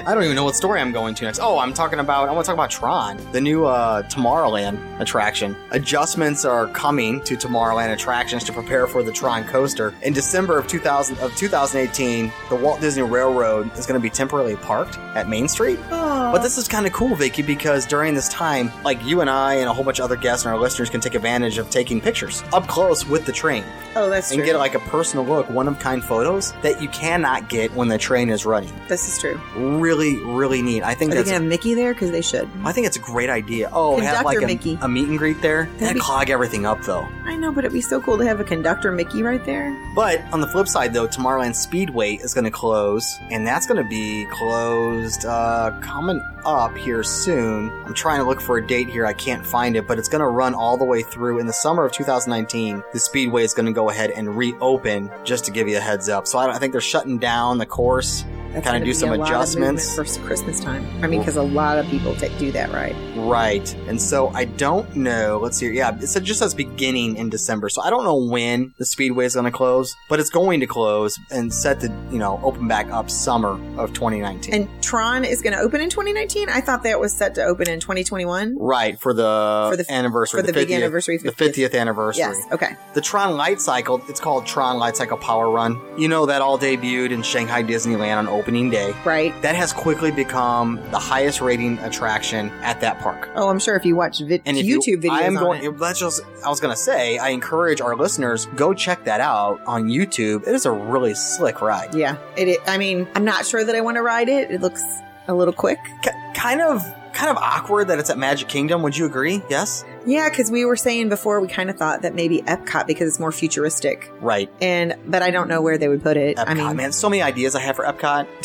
Speaker 6: I don't even know what story I'm going to next. Oh, I'm talking about. I want to talk about Tron, the new uh, Tomorrowland attraction. Adjustments are coming to Tomorrowland attractions to prepare for the Tron coaster. In December of 2000 of 2018, the Walt Disney Railroad is going to be temporarily parked at Main Street. But this is kind of cool, Vicky, because during this time, like you and I and a whole bunch of other guests and our listeners can take advantage of taking pictures up close with the train
Speaker 7: oh, that's
Speaker 6: and
Speaker 7: true.
Speaker 6: get like a personal look, one of kind photos that you cannot get when the train is running.
Speaker 7: this is true.
Speaker 6: Really, really neat. I think
Speaker 7: Are they
Speaker 6: that's.
Speaker 7: gonna have Mickey there? Because they should.
Speaker 6: I think it's a great idea. Oh, have like
Speaker 7: Conductor
Speaker 6: a,
Speaker 7: Mickey.
Speaker 6: a meet and greet there. That'd
Speaker 7: be-
Speaker 6: clog everything up though.
Speaker 7: I know, but it'd be so cool to have a conductor Mickey right there.
Speaker 6: But on the flip side, though, Tomorrowland Speedway is going to close, and that's going to be closed uh, coming up here soon. I'm trying to look for a date here. I can't find it, but it's going to run all the way through in the summer of 2019. The Speedway is going to go ahead and reopen, just to give you a heads up. So I, don't, I think they're shutting down the course.
Speaker 7: That's
Speaker 6: Kinda
Speaker 7: gonna
Speaker 6: do
Speaker 7: be
Speaker 6: some
Speaker 7: a lot of
Speaker 6: adjustments.
Speaker 7: movement for Christmas time. I mean, because a lot of people take, do that, right?
Speaker 6: Right. And so I don't know. Let's see. Yeah, it said just says beginning in December. So I don't know when the speedway is going to close, but it's going to close and set to, you know, open back up summer of 2019.
Speaker 7: And Tron is gonna open in 2019. I thought that was set to open in 2021.
Speaker 6: right, for the,
Speaker 7: For the-
Speaker 6: anniversary.
Speaker 7: for the big anniversary,
Speaker 6: The
Speaker 7: 50th.
Speaker 6: 50th anniversary.
Speaker 7: Yes. Okay.
Speaker 6: The Tron Light Cycle, it's called Tron Light Cycle Power Run. You know that all debuted in Shanghai Disneyland on opening day.
Speaker 7: Right.
Speaker 6: That has quickly become the highest rating attraction at that park.
Speaker 7: Oh, I'm sure if you watch vi-
Speaker 6: And if
Speaker 7: YouTube
Speaker 6: you,
Speaker 7: videos,
Speaker 6: I am
Speaker 7: on
Speaker 6: going.
Speaker 7: it.
Speaker 6: That's just. I was gonna say. I encourage our listeners go check that out on YouTube. It is a really slick ride.
Speaker 7: Yeah, it, it. I mean, I'm not sure that I want to ride it. It looks a little quick.
Speaker 6: K- kind of, kind of awkward that it's at Magic Kingdom. Would you agree? Yes.
Speaker 7: Yeah, because we were saying before we kind of thought that maybe Epcot because it's more futuristic,
Speaker 6: Right.
Speaker 7: and but I don't know where they would put it.
Speaker 6: Epcot.
Speaker 7: I mean,
Speaker 6: man, so many ideas I have for Epcot.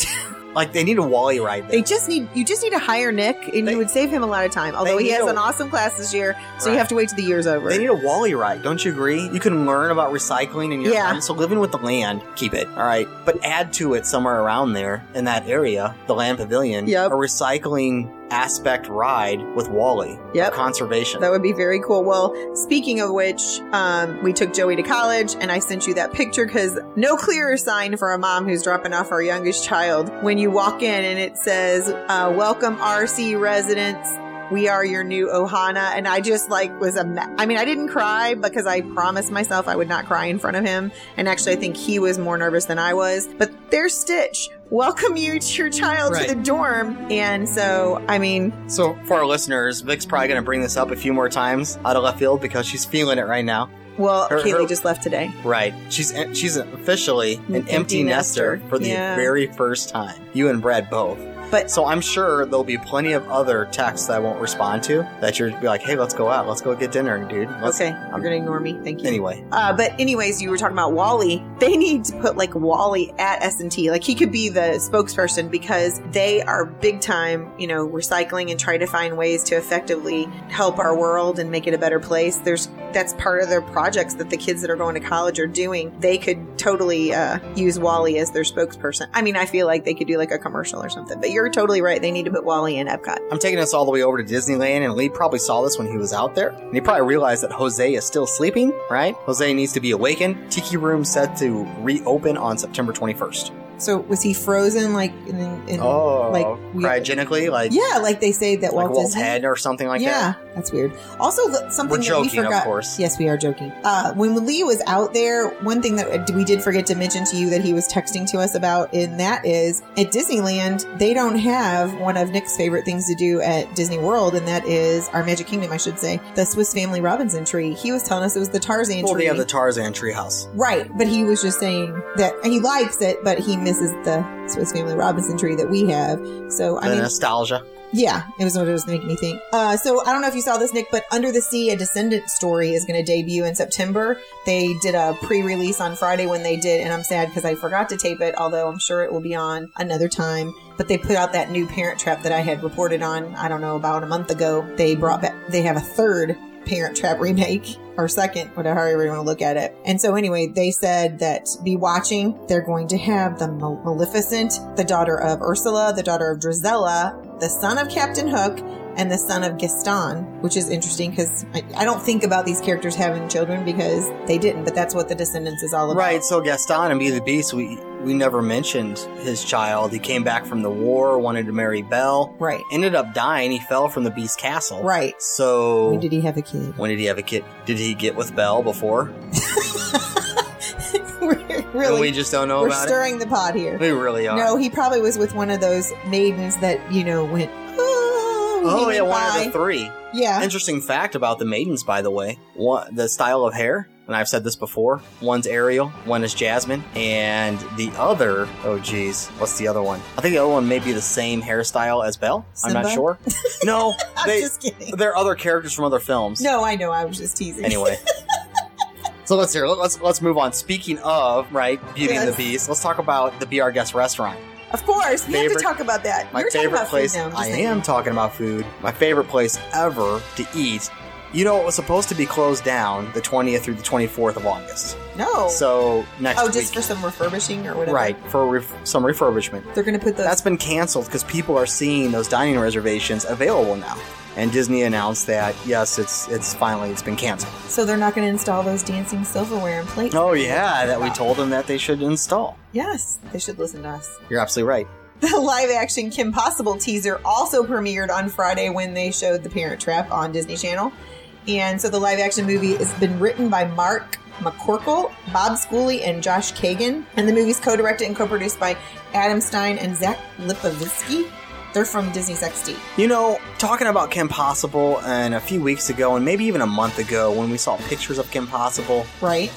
Speaker 6: like they need a Wally ride. There.
Speaker 7: they just need you just need to hire Nick, and
Speaker 6: They-
Speaker 7: you would save him a lot of time. Although
Speaker 6: they
Speaker 7: he
Speaker 6: need
Speaker 7: has
Speaker 6: a-
Speaker 7: an awesome class this year, so
Speaker 6: Right.
Speaker 7: you have to wait till the year's over.
Speaker 6: They need a Wally ride, don't you agree? You can learn about recycling and your
Speaker 7: Yeah.
Speaker 6: so living with the land, keep it, all right. But add to it somewhere around there in that area, the land pavilion,
Speaker 7: Yep.
Speaker 6: a recycling aspect ride with Wally, or
Speaker 7: Yep.
Speaker 6: conservation.
Speaker 7: That would be very cool. Well, speaking of which, um, we took Joey to college, and I sent you that picture because no clearer sign for a mom who's dropping off her youngest child when you walk in and it says, uh, "Welcome RC residents." We Are Your New Ohana. And I just like was a, ma- I mean, I didn't cry because I promised myself I would not cry in front of him. And actually, I think he was more nervous than I was. But there's Stitch. Welcome you to your child
Speaker 6: Right.
Speaker 7: to the dorm. And so, I mean,
Speaker 6: So, for our listeners, Vic's probably going to bring this up a few more times out of left field because she's feeling it right now.
Speaker 7: well,
Speaker 6: Her-
Speaker 7: Kaylee
Speaker 6: her-
Speaker 7: just left today.
Speaker 6: Right. She's she's officially an empty,
Speaker 7: empty
Speaker 6: nester,
Speaker 7: nester.
Speaker 6: for the
Speaker 7: Yeah.
Speaker 6: very first time. You and Brad both.
Speaker 7: But
Speaker 6: so I'm sure there'll be plenty of other texts that I won't respond to that you're be like, hey, let's go out, let's go get dinner, dude. Let's-
Speaker 7: Okay, you're gonna ignore me. Thank you.
Speaker 6: Anyway,
Speaker 7: Uh, but anyways, you were talking about Wally. They need to put like Wally at S and T. Like he could be the spokesperson because they are big time, you know, recycling and try to find ways to effectively help our world and make it a better place. There's that's part of their projects that the kids that are going to college are doing. They could totally uh, use Wally as their spokesperson. I mean, I feel like they could do like a commercial or something. But you're totally right. They need to put Wally in Epcot.
Speaker 6: I'm taking us all the way over to Disneyland, and Lee probably saw this when he was out there, and he probably realized that Jose is still sleeping, right? Jose needs to be awakened. Tiki Room set to reopen on September 21st.
Speaker 7: So was he frozen like in, in
Speaker 6: Oh,
Speaker 7: like we-
Speaker 6: cryogenically, like
Speaker 7: yeah, like they say that
Speaker 6: like
Speaker 7: Walt
Speaker 6: Walt's
Speaker 7: Disney-
Speaker 6: head or something like
Speaker 7: yeah,
Speaker 6: that.
Speaker 7: that's weird. Also, the- something
Speaker 6: We're
Speaker 7: that we
Speaker 6: joking, of
Speaker 7: forgot.
Speaker 6: course.
Speaker 7: Yes, we are joking. Uh, when Lee was out there, one thing that we did forget to mention to you that he was texting to us about, and that is at Disneyland, they don't have one of Nick's favorite things to do at Disney World, and that is our Magic Kingdom, I should say, the Swiss Family Robinson tree. He was telling us it was the Tarzan
Speaker 6: Well,
Speaker 7: tree.
Speaker 6: they have the Tarzan treehouse.
Speaker 7: Right, but he was just saying that he likes it, but he misses the Swiss Family Robinson tree that we have. So I
Speaker 6: the
Speaker 7: mean,
Speaker 6: nostalgia.
Speaker 7: yeah, it was what it was making me think. Uh, so I don't know if you saw this, Nick, but Under the Sea, a Descendant story is going to debut in September. They did a pre-release on Friday when they did, and I'm sad because I forgot to tape it. Although I'm sure it will be on another time. But they put out that new Parent Trap that I had reported on. I don't know about a month ago. They brought back. They have a third Parent Trap remake or second, whatever however you want to look at it. And so anyway, they said that be watching. They're going to have the Mal- Maleficent, the daughter of Ursula, the daughter of Drizella, the son of Captain Hook, and the son of Gaston, which is interesting because I, I don't think about these characters having children because they didn't, but that's what the Descendants is all about.
Speaker 6: Right, so Gaston and Beauty and the Beast, we we never mentioned his child. He came back from the war, wanted to marry Belle.
Speaker 7: Right.
Speaker 6: Ended up dying. He fell from the Beast Castle.
Speaker 7: Right.
Speaker 6: So
Speaker 7: When did he have a kid?
Speaker 6: when did he have a kid? Did he get with Belle before?
Speaker 7: really,
Speaker 6: We just don't know
Speaker 7: we're
Speaker 6: about
Speaker 7: stirring the pot here.
Speaker 6: it. We really are.
Speaker 7: No, he probably was with one of those maidens that, you know, went, oh, when he
Speaker 6: Oh
Speaker 7: went
Speaker 6: yeah, one
Speaker 7: by.
Speaker 6: of the three.
Speaker 7: Yeah.
Speaker 6: Interesting fact about the maidens, by the way. One, the style of hair, and I've said this before. One's Ariel, one is Jasmine, and the other. Oh, geez, what's the other one? I think the other one may be the same hairstyle as Belle. I'm
Speaker 7: Simba?
Speaker 6: not sure. No,
Speaker 7: I'm
Speaker 6: they,
Speaker 7: just kidding.
Speaker 6: they're other characters from other films.
Speaker 7: No, I know. I was just teasing.
Speaker 6: Anyway. So let's hear. Let's let's move on. Speaking of right, Beauty and the
Speaker 7: Yes.
Speaker 6: Beast. Let's talk about the Be Our Guest restaurant.
Speaker 7: Of course, we have to
Speaker 6: Favorite-
Speaker 7: talk about that.
Speaker 6: My
Speaker 7: You're talking
Speaker 6: favorite
Speaker 7: about food
Speaker 6: place.
Speaker 7: now, I'm just
Speaker 6: I
Speaker 7: saying.
Speaker 6: am talking about food. My favorite place ever to eat. You know, it was supposed to be closed down the 20th through the 24th of August.
Speaker 7: No.
Speaker 6: So next
Speaker 7: oh,
Speaker 6: week.
Speaker 7: just for some refurbishing or whatever.
Speaker 6: right, for ref- some refurbishment.
Speaker 7: They're going to put those.
Speaker 6: That's been canceled because people are seeing those dining reservations available now. And Disney announced that yes, it's it's finally it's been canceled.
Speaker 7: so they're not going to install those dancing silverware and plates.
Speaker 6: Oh yeah, that we told them that they should install.
Speaker 7: Yes, they should listen to us.
Speaker 6: You're absolutely right.
Speaker 7: The live action Kim Possible teaser also premiered on Friday when they showed The Parent Trap on Disney Channel. And so the live action movie has been written by Mark McCorkle, Bob Schooley, and Josh Kagan. And the movie's co directed and co produced by Adam Stein and Zach Lipovitsky. They're from Disney Sexty.
Speaker 6: You know, talking about Kim Possible and a few weeks ago, and maybe even a month ago, when we saw pictures of Kim Possible,
Speaker 7: Right?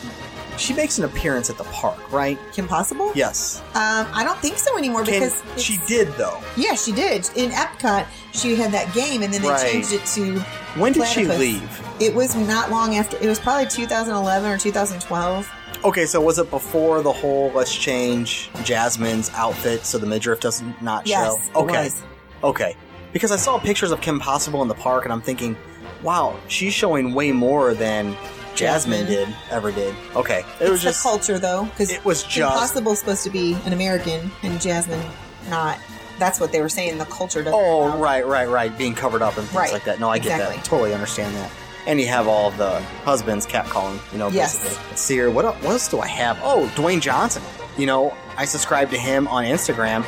Speaker 6: she makes an appearance at the park, right?
Speaker 7: Kim Possible?
Speaker 6: Yes.
Speaker 7: Um, I don't think so anymore
Speaker 6: Can-
Speaker 7: because it's-
Speaker 6: she did, though.
Speaker 7: Yeah, she did. In Epcot, she had that game, and then they
Speaker 6: Right.
Speaker 7: changed it to.
Speaker 6: When did she
Speaker 7: Platypus.
Speaker 6: leave?
Speaker 7: It was not long after. It was probably 2011 or 2012.
Speaker 6: Okay, so was it before the whole let's change Jasmine's outfit so the midriff doesn't not
Speaker 7: Yes.
Speaker 6: show? Okay.
Speaker 7: It was.
Speaker 6: Okay. Because I saw pictures of Kim Possible in the park, and I'm thinking, wow, she's showing way more than Jasmine
Speaker 7: Jasmine.
Speaker 6: did ever did. Okay. It
Speaker 7: It's
Speaker 6: was just
Speaker 7: the culture though, because
Speaker 6: it was just-
Speaker 7: impossible supposed to be an American and Jasmine not. That's what they were saying. The culture doesn't.
Speaker 6: Oh,
Speaker 7: allow-
Speaker 6: right, right, right. Being covered up and things
Speaker 7: Right.
Speaker 6: like that. No, I get
Speaker 7: Exactly.
Speaker 6: that. Totally understand that. And you have all the husbands catcalling, you know,
Speaker 7: Yes.
Speaker 6: basically. Let's see here. What, el- what else do I have? Oh, Dwayne Johnson. You know, I subscribe to him on Instagram.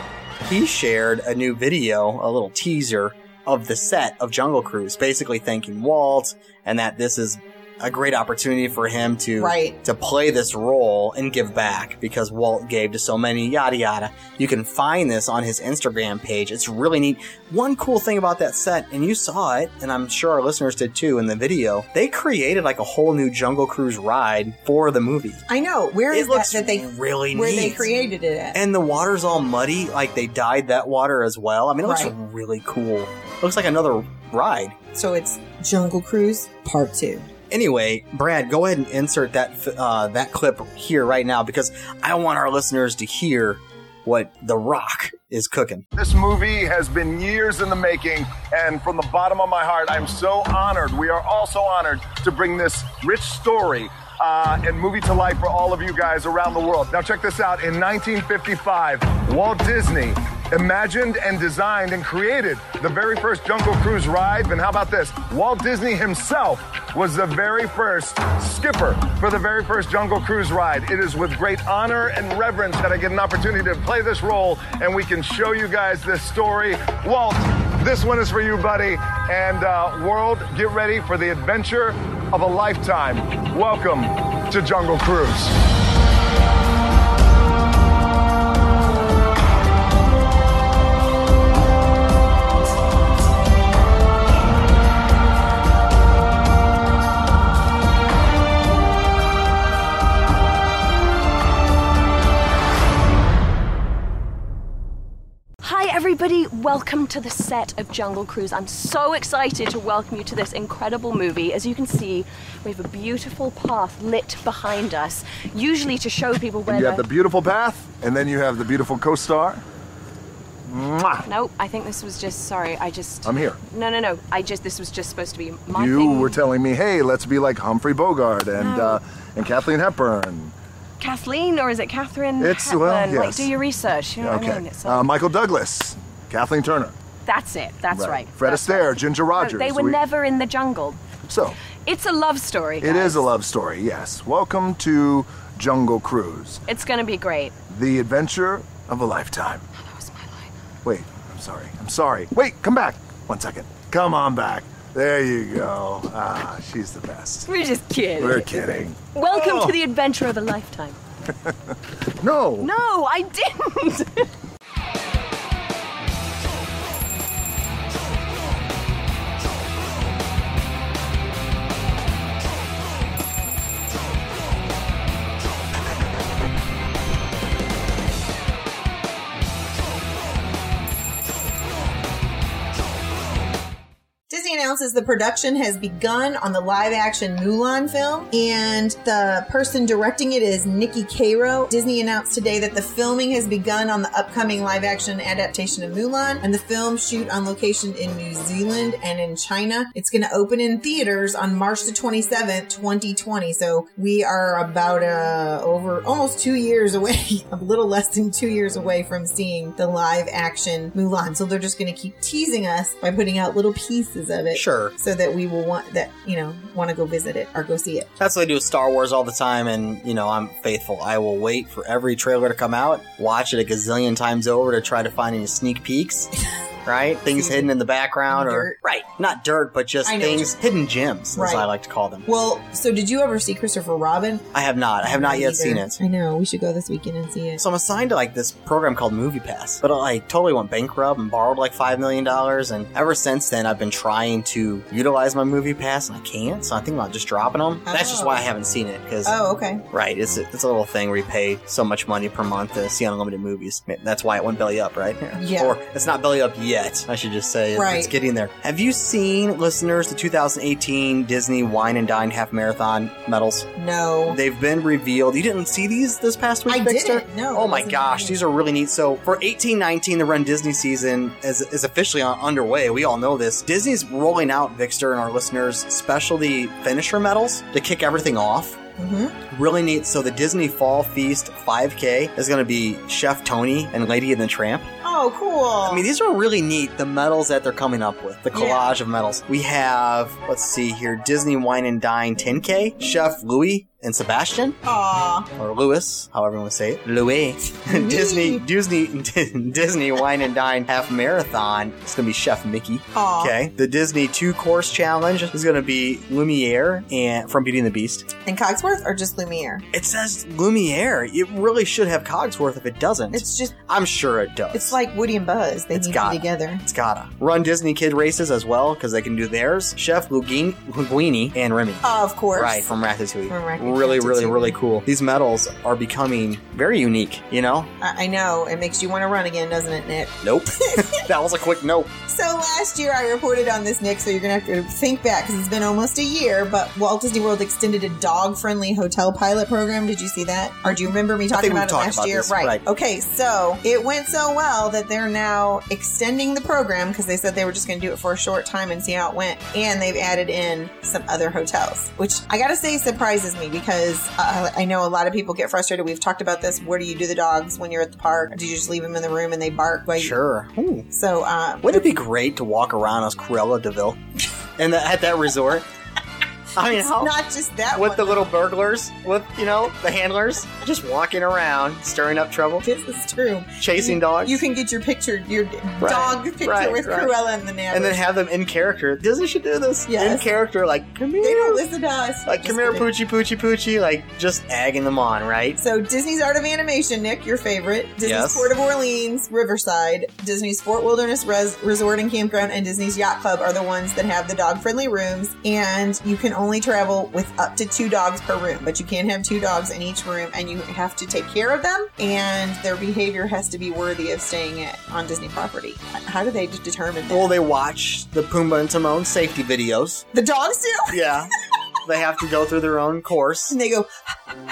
Speaker 6: He shared a new video, a little teaser of the set of Jungle Cruise, basically thanking Walt and that this is a great opportunity for him to
Speaker 7: Right.
Speaker 6: to play this role and give back because Walt gave to so many yada yada. You can find this on his Instagram page. It's really neat. One cool thing about that set, and you saw it, and I'm sure our listeners did too in the video. They created like a whole new Jungle Cruise ride for the movie.
Speaker 7: I know. Where is that that they
Speaker 6: really
Speaker 7: where they
Speaker 6: neat.
Speaker 7: created it at?
Speaker 6: And the water's all muddy, like they dyed that water as well. I mean, it looks
Speaker 7: Right.
Speaker 6: really cool. Looks like another ride.
Speaker 7: So it's Jungle Cruise Part Two.
Speaker 6: Anyway, Brad, go ahead and insert that f- uh, that clip here right now because I want our listeners to hear what The Rock is cooking.
Speaker 12: This movie has been years in the making, and from the bottom of my heart, I'm so honored. We are also honored to bring this rich story uh, and movie to life for all of you guys around the world. Now, check this out. In 1955, Walt Disney imagined and designed and created the very first Jungle Cruise ride. And how about this? Walt Disney himself was the very first skipper for the very first Jungle Cruise ride. It is with great honor and reverence that I get an opportunity to play this role and we can show you guys this story. Walt, this one is for you, buddy. And uh, world, get ready for the adventure of a lifetime. Welcome to Jungle Cruise.
Speaker 13: Hi, everybody. Welcome to the set of Jungle Cruise. I'm so excited to welcome you to this incredible movie. As you can see, we have a beautiful path lit behind us, usually to show people where
Speaker 12: You have
Speaker 13: the-
Speaker 12: the beautiful path, and then you have the beautiful co-star. Mwah.
Speaker 13: Nope, I think this was just. Sorry, I just.
Speaker 12: I'm here.
Speaker 13: No, no, no. I just. This was just supposed to be my
Speaker 12: you
Speaker 13: thing.
Speaker 12: were telling me, hey, let's be like Humphrey Bogart and
Speaker 13: No.
Speaker 12: uh, and Kathleen Hepburn.
Speaker 13: Kathleen, or is it Catherine?
Speaker 12: It's- well,
Speaker 13: Hepburn? Like,
Speaker 12: yes.
Speaker 13: do your research. You know
Speaker 12: okay.
Speaker 13: what I mean? It's,
Speaker 12: uh, Michael Douglas, Kathleen Turner.
Speaker 13: that's it. That's right.
Speaker 12: Fred
Speaker 13: That's
Speaker 12: Astaire,
Speaker 13: right.
Speaker 12: Ginger
Speaker 13: No,
Speaker 12: Rogers.
Speaker 13: they were
Speaker 12: We-
Speaker 13: never in the jungle.
Speaker 12: So
Speaker 13: It's a love story.
Speaker 12: it
Speaker 13: guys.
Speaker 12: is a love story. Yes. Welcome to Jungle Cruise,
Speaker 13: It's gonna be great.
Speaker 12: the adventure of a lifetime. Wait, I'm sorry. I'm sorry. Wait, come back. One second. Come on back. There you go. Ah, she's the best.
Speaker 13: We're just kidding.
Speaker 12: We're kidding.
Speaker 13: Welcome
Speaker 12: Oh.
Speaker 13: to the adventure of a lifetime.
Speaker 12: No.
Speaker 13: No, I didn't.
Speaker 7: Disney announces the production has begun on the live action Mulan film, and the person directing it is Nikki Cairo. Disney announced today that the filming has begun on the upcoming live action adaptation of Mulan, and the film shoot on location in New Zealand and in China. It's going to open in theaters on March the 27th, 2020. So we are about uh, over almost two years away, a little less than two years away from seeing the live action Mulan. So they're just going to keep teasing us by putting out little pieces of it.
Speaker 6: Sure.
Speaker 7: So that we will want that, you know, want to go visit it or go see it.
Speaker 6: That's what they do with Star Wars all the time, and you know I'm faithful. I will wait for every trailer to come out, watch it a gazillion times over to try to find any sneak peeks, right? Things hidden in the background, or
Speaker 7: Dirt.
Speaker 6: right, not dirt, but just
Speaker 7: I know what
Speaker 6: things hidden gems, as
Speaker 7: Right.
Speaker 6: I like to call them.
Speaker 7: Well, so did you ever see Christopher Robin?
Speaker 6: I have not. I have not
Speaker 7: Me
Speaker 6: yet
Speaker 7: either.
Speaker 6: seen it.
Speaker 7: I know. We should go this weekend and see it.
Speaker 6: So I'm assigned to like this program called Movie Pass, but I totally went bankrupt and borrowed like five million dollars. And ever since then, I've been trying to utilize my Movie Pass, and I can't. So I think about just dropping them. That's just why I haven't seen it because
Speaker 7: Oh, okay.
Speaker 6: Right, it's a, it's a little thing where you pay so much money per month to see unlimited movies. Ma- That's why it went belly up, right?
Speaker 7: Yeah.
Speaker 6: Or it's not belly up yet, I should just say.
Speaker 7: Right.
Speaker 6: It's getting there. Have you seen, listeners, the 2018 Disney Wine and Dine Half Marathon medals?
Speaker 7: No.
Speaker 6: They've been revealed. You didn't see these this past week,
Speaker 7: I
Speaker 6: Dexter?
Speaker 7: didn't. No.
Speaker 6: Oh my gosh, these are really neat. So for 1819, the Run Disney season is, is officially on, underway. We all know this. Disney's rolling out Vixter and our listeners specialty finisher medals to kick everything off.
Speaker 7: Mm-hmm.
Speaker 6: Really neat. So the Disney Fall Feast 5K is going to be Chef Tony and Lady and the Tramp.
Speaker 7: Oh, cool.
Speaker 6: I mean, these are really neat. The medals that they're coming up with, the collage of medals. We have, let's see here, Disney Wine and Dine 10K, Chef Louis and Sebastian.
Speaker 7: Aw.
Speaker 6: or Lewis, however you want to say it. Louis. Disney, Disney, Disney Wine and Dine Half Marathon. It's gonna be Chef Mickey.
Speaker 7: Aw.
Speaker 6: Okay. The Disney Two Course Challenge is gonna be Lumiere and from Beauty and the Beast.
Speaker 7: And Cogsworth or just Lumiere?
Speaker 6: It says Lumiere. It really should have Cogsworth if it doesn't.
Speaker 7: It's just
Speaker 6: I'm sure it does.
Speaker 7: it's like Woody and Buzz. They
Speaker 6: It's
Speaker 7: need
Speaker 6: got
Speaker 7: them together.
Speaker 6: It's gotta run Disney Kid races as well because they can do theirs. Chef Luguin- Linguini and Remy.
Speaker 7: of course.
Speaker 6: Right, from Ratatouille.
Speaker 7: From Ratatouille.
Speaker 6: Really, really, really cool. These medals are becoming very unique, you know?
Speaker 7: I, I know. It makes you want to run again, doesn't it, Nick?
Speaker 6: Nope. that was a quick nope.
Speaker 7: So last year I reported on this, Nick, so you're going to have to think back because it's been almost a year, but Walt Disney World extended a dog friendly hotel pilot program. Did you see that? Or do you remember me talking
Speaker 6: think we've
Speaker 7: about it
Speaker 6: talked
Speaker 7: last
Speaker 6: about
Speaker 7: year?
Speaker 6: this,
Speaker 7: right.
Speaker 6: right.
Speaker 7: Okay, so it went so well that they're now extending the program because they said they were just going to do it for a short time and see how it went. And they've added in some other hotels, which I got to say surprises me because uh, I know a lot of people get frustrated. We've talked about this. Where do you do the dogs when you're at the park? Do you just leave them in the room and they bark? While you-
Speaker 6: Sure. Ooh.
Speaker 7: So, uh,
Speaker 6: Wouldn't it be great to walk around as Cruella Deville and the, at that resort? I mean,
Speaker 7: it's
Speaker 6: how-
Speaker 7: not just that
Speaker 6: with
Speaker 7: one.
Speaker 6: the little burglars, with, you know, the handlers, just walking around, stirring up trouble,
Speaker 7: This is true.
Speaker 6: chasing
Speaker 7: You-
Speaker 6: dogs.
Speaker 7: You can get your picture, your dog picture
Speaker 6: right,
Speaker 7: with
Speaker 6: right.
Speaker 7: Cruella and the Nabbit.
Speaker 6: and then have them in character. Disney should do this.
Speaker 7: Yes.
Speaker 6: In character, like, come here.
Speaker 7: they don't listen to us.
Speaker 6: Like,
Speaker 7: Just
Speaker 6: come here,
Speaker 7: kidding.
Speaker 6: Poochie, Poochie, Poochie. Like, just agging them on, right?
Speaker 7: So Disney's Art of Animation, Nick, your favorite. Disney's
Speaker 6: Yes.
Speaker 7: Port of Orleans, Riverside, Disney's Fort Wilderness Res- Resort and Campground, and Disney's Yacht Club are the ones that have the dog-friendly rooms. And you can only travel with up to two dogs per room, but you can't have two dogs in each room, and you have to take care of them. And their behavior has to be worthy of staying at, on Disney property. How do they d- determine that?
Speaker 6: Well, they watch the Pumbaa and Timon safety videos.
Speaker 7: the dogs do.
Speaker 6: Yeah. they have to go through their own course,
Speaker 7: And they go,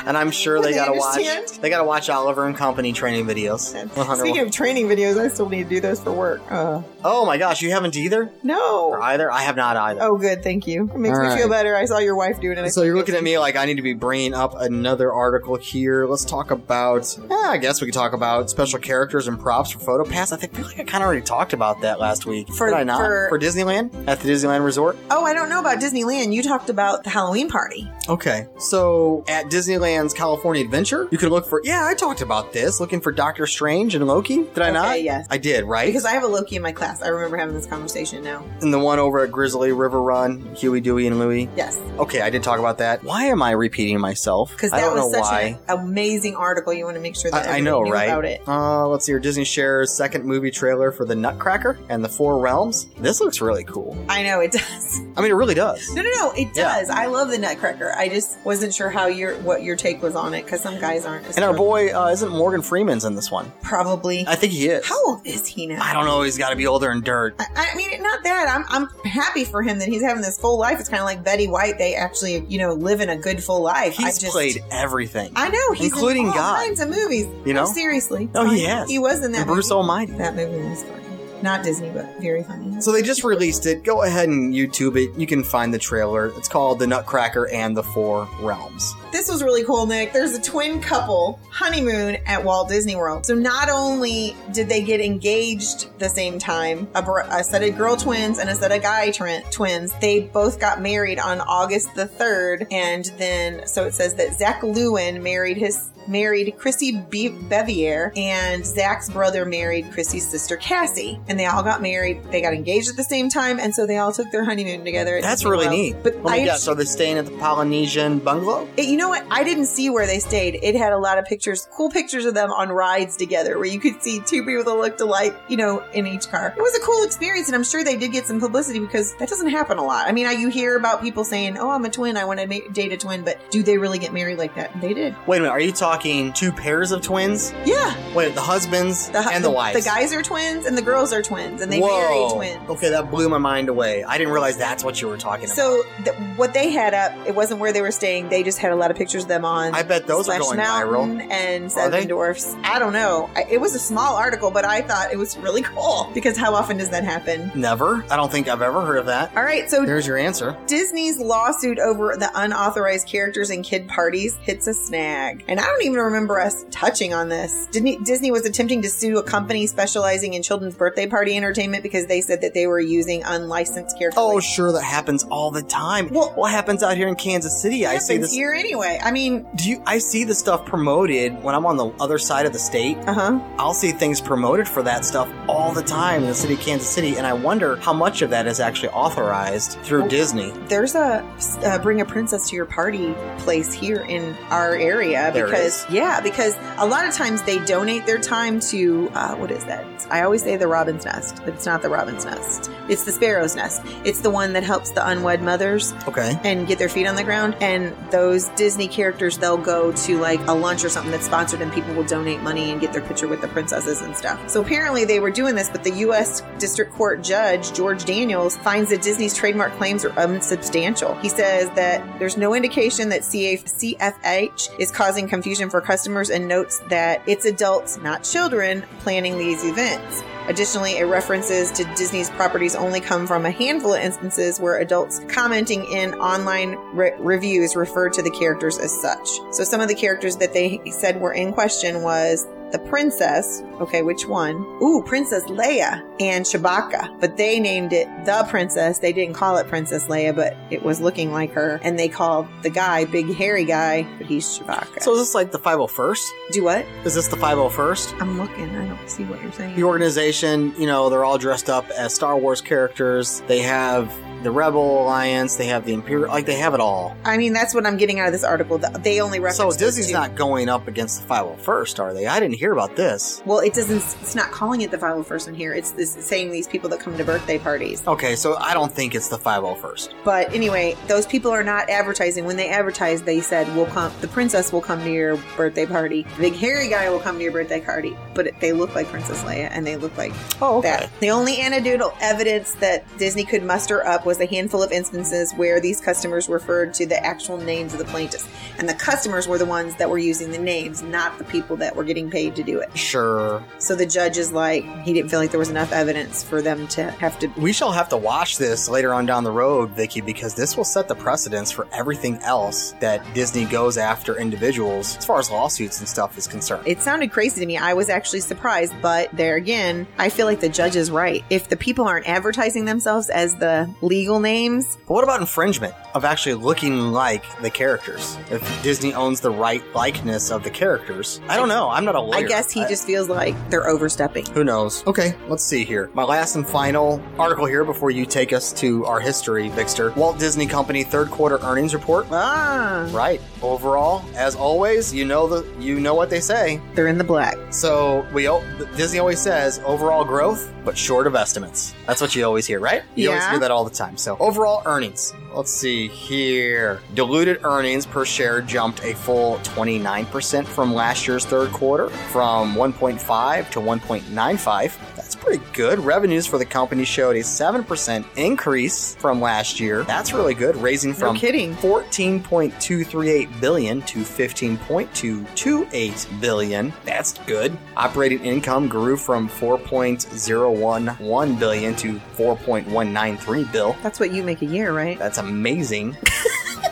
Speaker 6: and I'm sure they,
Speaker 7: They
Speaker 6: gotta watch.
Speaker 7: understand.
Speaker 6: They gotta watch Oliver and Company training videos. 101.
Speaker 7: Speaking of training videos, I still need to do those for work. Uh,
Speaker 6: oh my gosh, you haven't either?
Speaker 7: no.
Speaker 6: Or either? I have not either.
Speaker 7: Oh, good. Thank you. It makes
Speaker 6: All
Speaker 7: me
Speaker 6: right.
Speaker 7: feel better. I saw your wife doing it.
Speaker 6: So you're looking at me like I need to be bringing up another article here. Let's talk about. eh, I guess we could talk about special characters and props for PhotoPass. I think feel like I kind of already talked about that last week.
Speaker 7: For-
Speaker 6: Did I not?
Speaker 7: for-
Speaker 6: for Disneyland at the Disneyland Resort.
Speaker 7: oh, I don't know about Disneyland. You talked about the Halloween party.
Speaker 6: Okay. So at Disneyland's California Adventure, you could look for Yeah, I talked about this, looking for Doctor Strange and Loki. Did I
Speaker 7: Okay,
Speaker 6: not?
Speaker 7: yes.
Speaker 6: I did, right?
Speaker 7: Because I have a Loki in my class. I remember having this conversation now.
Speaker 6: and the one over at Grizzly River Run, Huey, Dewey, and Louie.
Speaker 7: Yes.
Speaker 6: Okay, I did talk about that. Why am I repeating myself?
Speaker 7: Because
Speaker 6: I
Speaker 7: that
Speaker 6: don't
Speaker 7: was
Speaker 6: know
Speaker 7: such
Speaker 6: why.
Speaker 7: an amazing article. You want to make sure that
Speaker 6: I, I know,
Speaker 7: everybody knew
Speaker 6: right?
Speaker 7: about it.
Speaker 6: Uh, let's see here. Disney shares second movie trailer for The Nutcracker and the Four Realms. This looks really cool.
Speaker 7: I know it does.
Speaker 6: I mean, it really does.
Speaker 7: No, no, no. It
Speaker 6: Yeah.
Speaker 7: does. I love the Nutcracker. I just wasn't sure how your what your take was on it because some guys aren't. As
Speaker 6: And our boy uh, isn't Morgan Freeman's in this one.
Speaker 7: probably.
Speaker 6: I think he is.
Speaker 7: How old is he now?
Speaker 6: I don't know. He's got to be older and dirt.
Speaker 7: I I mean, not that I'm I'm happy for him that he's having this full life. It's kind of like Betty White; they actually, you know, live in a good full life. I
Speaker 6: He's
Speaker 7: just,
Speaker 6: played everything.
Speaker 7: I know he's
Speaker 6: including
Speaker 7: in all
Speaker 6: God.
Speaker 7: kinds of movies.
Speaker 6: You know?
Speaker 7: No, seriously.
Speaker 6: No, he
Speaker 7: Fine.
Speaker 6: has.
Speaker 7: He was in that
Speaker 6: and Bruce
Speaker 7: movie.
Speaker 6: Almighty.
Speaker 7: That movie was funny. Not Disney, but very funny.
Speaker 6: So they just released it. Go ahead and YouTube it. You can find the trailer. It's called The Nutcracker and the Four Realms.
Speaker 7: This was really cool, Nick. There's a twin couple honeymoon at Walt Disney World. So not only did they get engaged the same time, a, br- a set of girl twins and a set of guy trin- twins, they both got married on August the 3rd. And then, so it says that Zach Lewin married his married Chrissy Be- Bevier and Zach's brother married Chrissy's sister Cassie and they all got married they got engaged at the same time and so they all took their honeymoon together at
Speaker 6: That's
Speaker 7: Disney
Speaker 6: really
Speaker 7: World.
Speaker 6: neat.
Speaker 7: but
Speaker 6: Let me
Speaker 7: I
Speaker 6: guess. Are they staying at the Polynesian bungalow?
Speaker 7: it- you know what? I didn't see where they stayed. It had a lot of pictures, cool pictures of them on rides together where you could see two people that looked alike, you know, in each car. It was a cool experience and I'm sure they did get some publicity because that doesn't happen a lot. I mean, I, you hear about people saying, oh, I'm a twin. I want to ma- date a twin, but do they really get married like that? They did.
Speaker 6: Wait a minute. Are you talking two pairs of twins?
Speaker 7: Yeah.
Speaker 6: Wait, the husbands
Speaker 7: hu-
Speaker 6: and the, wives.
Speaker 7: The guys are twins and the girls are twins and they
Speaker 6: Whoa.
Speaker 7: marry twins.
Speaker 6: Okay, that blew my mind away. I didn't realize that's what you were talking about.
Speaker 7: So th- what they had up, it wasn't where they were staying. They just had a lot of pictures of them on.
Speaker 6: I bet those are
Speaker 7: Splash
Speaker 6: going
Speaker 7: Mountain
Speaker 6: viral.
Speaker 7: And
Speaker 6: they?
Speaker 7: Seven Dwarfs. I don't know. I, it was a small article, but I thought it was really cool because how often does that happen?
Speaker 6: Never. I don't think I've ever heard of that.
Speaker 7: All right, so
Speaker 6: There's your answer.
Speaker 7: Disney's lawsuit over the unauthorized characters in kid parties hits a snag. And I don't don't even remember us touching on this. Disney, Disney was attempting to sue a company specializing in children's birthday party entertainment because they said that they were using unlicensed characters.
Speaker 6: Oh, sure, that happens all the time. Well, what happens out here in Kansas City? I see
Speaker 7: happens
Speaker 6: this.
Speaker 7: here anyway. I mean,
Speaker 6: Do you? I see the stuff promoted when I'm on the other side of the state. Uh
Speaker 7: huh.
Speaker 6: I'll see things promoted for that stuff all the time in the city of Kansas City, and I wonder how much of that is actually authorized through Disney.
Speaker 7: there's a uh, bring a princess to your party place here in our area
Speaker 6: There
Speaker 7: because yeah because a lot of times they donate their time to uh, what is that i always say the robin's nest but it's not the robin's nest it's the sparrow's nest it's the one that helps the unwed mothers
Speaker 6: Okay.
Speaker 7: and get their feet on the ground and those disney characters they'll go to like a lunch or something that's sponsored and people will donate money and get their picture with the princesses and stuff so apparently they were doing this but the u.s district court judge george daniels finds that disney's trademark claims are unsubstantial he says that there's no indication that CA- cfh is causing confusion for customers and notes that it's adults not children planning these events Additionally, it references to Disney's properties only come from a handful of instances where adults commenting in online re- reviews refer to the characters as such. So some of the characters that they said were in question was the princess, okay, which one? Ooh, Princess Leia and Chewbacca. But they named it the princess. They didn't call it Princess Leia, but it was looking like her. And they called the guy, big hairy guy, but he's Chewbacca.
Speaker 6: So is this like the 501st?
Speaker 7: Do what?
Speaker 6: Is this the 501st?
Speaker 7: I'm looking. I don't see what you're saying.
Speaker 6: The organization, you know, they're all dressed up as Star Wars characters. They have the Rebel Alliance. They have the Imperial. Like they have it all.
Speaker 7: I mean, that's what I'm getting out of this article. Th- They only reference
Speaker 6: So
Speaker 7: those
Speaker 6: Disney's
Speaker 7: two.
Speaker 6: not going up against the 501st, are they? I didn't hear about this.
Speaker 7: Well, it doesn't. It's not calling it the 501st in here. It's this, saying these people that come to birthday parties.
Speaker 6: Okay, so I don't think it's the 501st.
Speaker 7: But anyway, those people are not advertising. When they advertise, they said, "We'll come. The princess will come to your birthday party. The big hairy guy will come to your birthday party." But it, they look like Princess Leia, and they look like
Speaker 6: oh,
Speaker 7: that. The only anecdotal evidence that Disney could muster up was a handful of instances where these customers referred to the actual names of the plaintiffs, and the customers were the ones that were using the names, not the people that were getting paid to do it.
Speaker 6: Sure.
Speaker 7: So the judge is like, he didn't feel like there was enough evidence for them to have to.
Speaker 6: We shall have to watch this later on down the road, Vicky, because this will set the precedence for everything else that Disney goes after individuals as far as lawsuits and stuff is concerned.
Speaker 7: It sounded crazy to me. I was actually surprised, but there again, I feel like the judge is right. If the people aren't advertising themselves as the legal names,
Speaker 6: But what about infringement of actually looking like the characters? If Disney owns the right likeness of the characters, I don't know. I'm not a lawyer.
Speaker 7: I guess he
Speaker 6: I-
Speaker 7: just feels like they're overstepping.
Speaker 6: Who knows? Okay, let's see here. My last and final article here before you take us to our history, Vixter. Walt Disney Company third quarter earnings report.
Speaker 7: Ah,
Speaker 6: Right. Overall, as always, you know the you know what they say.
Speaker 7: they're in the black.
Speaker 6: So we al- Disney always says overall growth, but short of estimates. That's what you always hear, right? You always
Speaker 7: Yeah.
Speaker 6: hear that all the time. So overall earnings. Let's see here. Diluted earnings per share jumped a full 29% from last year's third quarter, from 1.5 to 1.95. That's pretty good. Revenues for the company showed a 7% increase from last year. That's really good, raising from
Speaker 7: kidding.
Speaker 6: 14.238 billion to 15.228 billion. That's good. Operating income grew from 4.011 billion to 4.193 bill.
Speaker 7: That's what you make a year, right?
Speaker 6: That's amazing.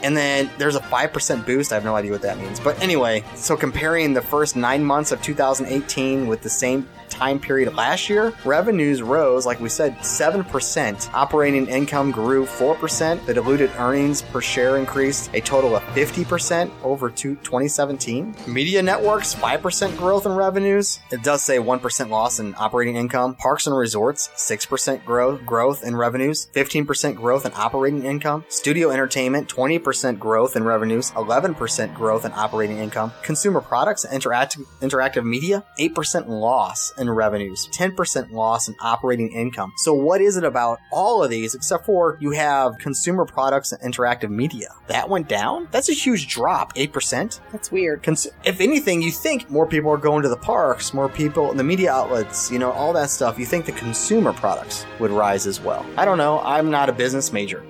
Speaker 6: and then there's a 5% boost. I have no idea what that means. But anyway, so comparing the first nine months of 2018 with the same time period last year, revenues rose, like we said, 7%. Operating income grew 4%. The diluted earnings per share increased a total of 50% over to 2017. Media networks, 5% growth in revenues. It does say 1% loss in operating income. Parks and resorts, 6% growth growth in revenues, 15% growth in operating income. Studio entertainment, 20% growth in revenues, 11% growth in operating income. Consumer products, interactive interactive media, 8% loss in revenues, 10% loss in operating income. So what is it about all of these except for you have consumer products and interactive media? That went down? That's a huge drop, 8%.
Speaker 7: That's weird.
Speaker 6: Cons- if anything, you think more people are going to the parks, more people, the media outlets, you know, all that stuff. You think the consumer products would rise as well. I don't know. I'm not a business major.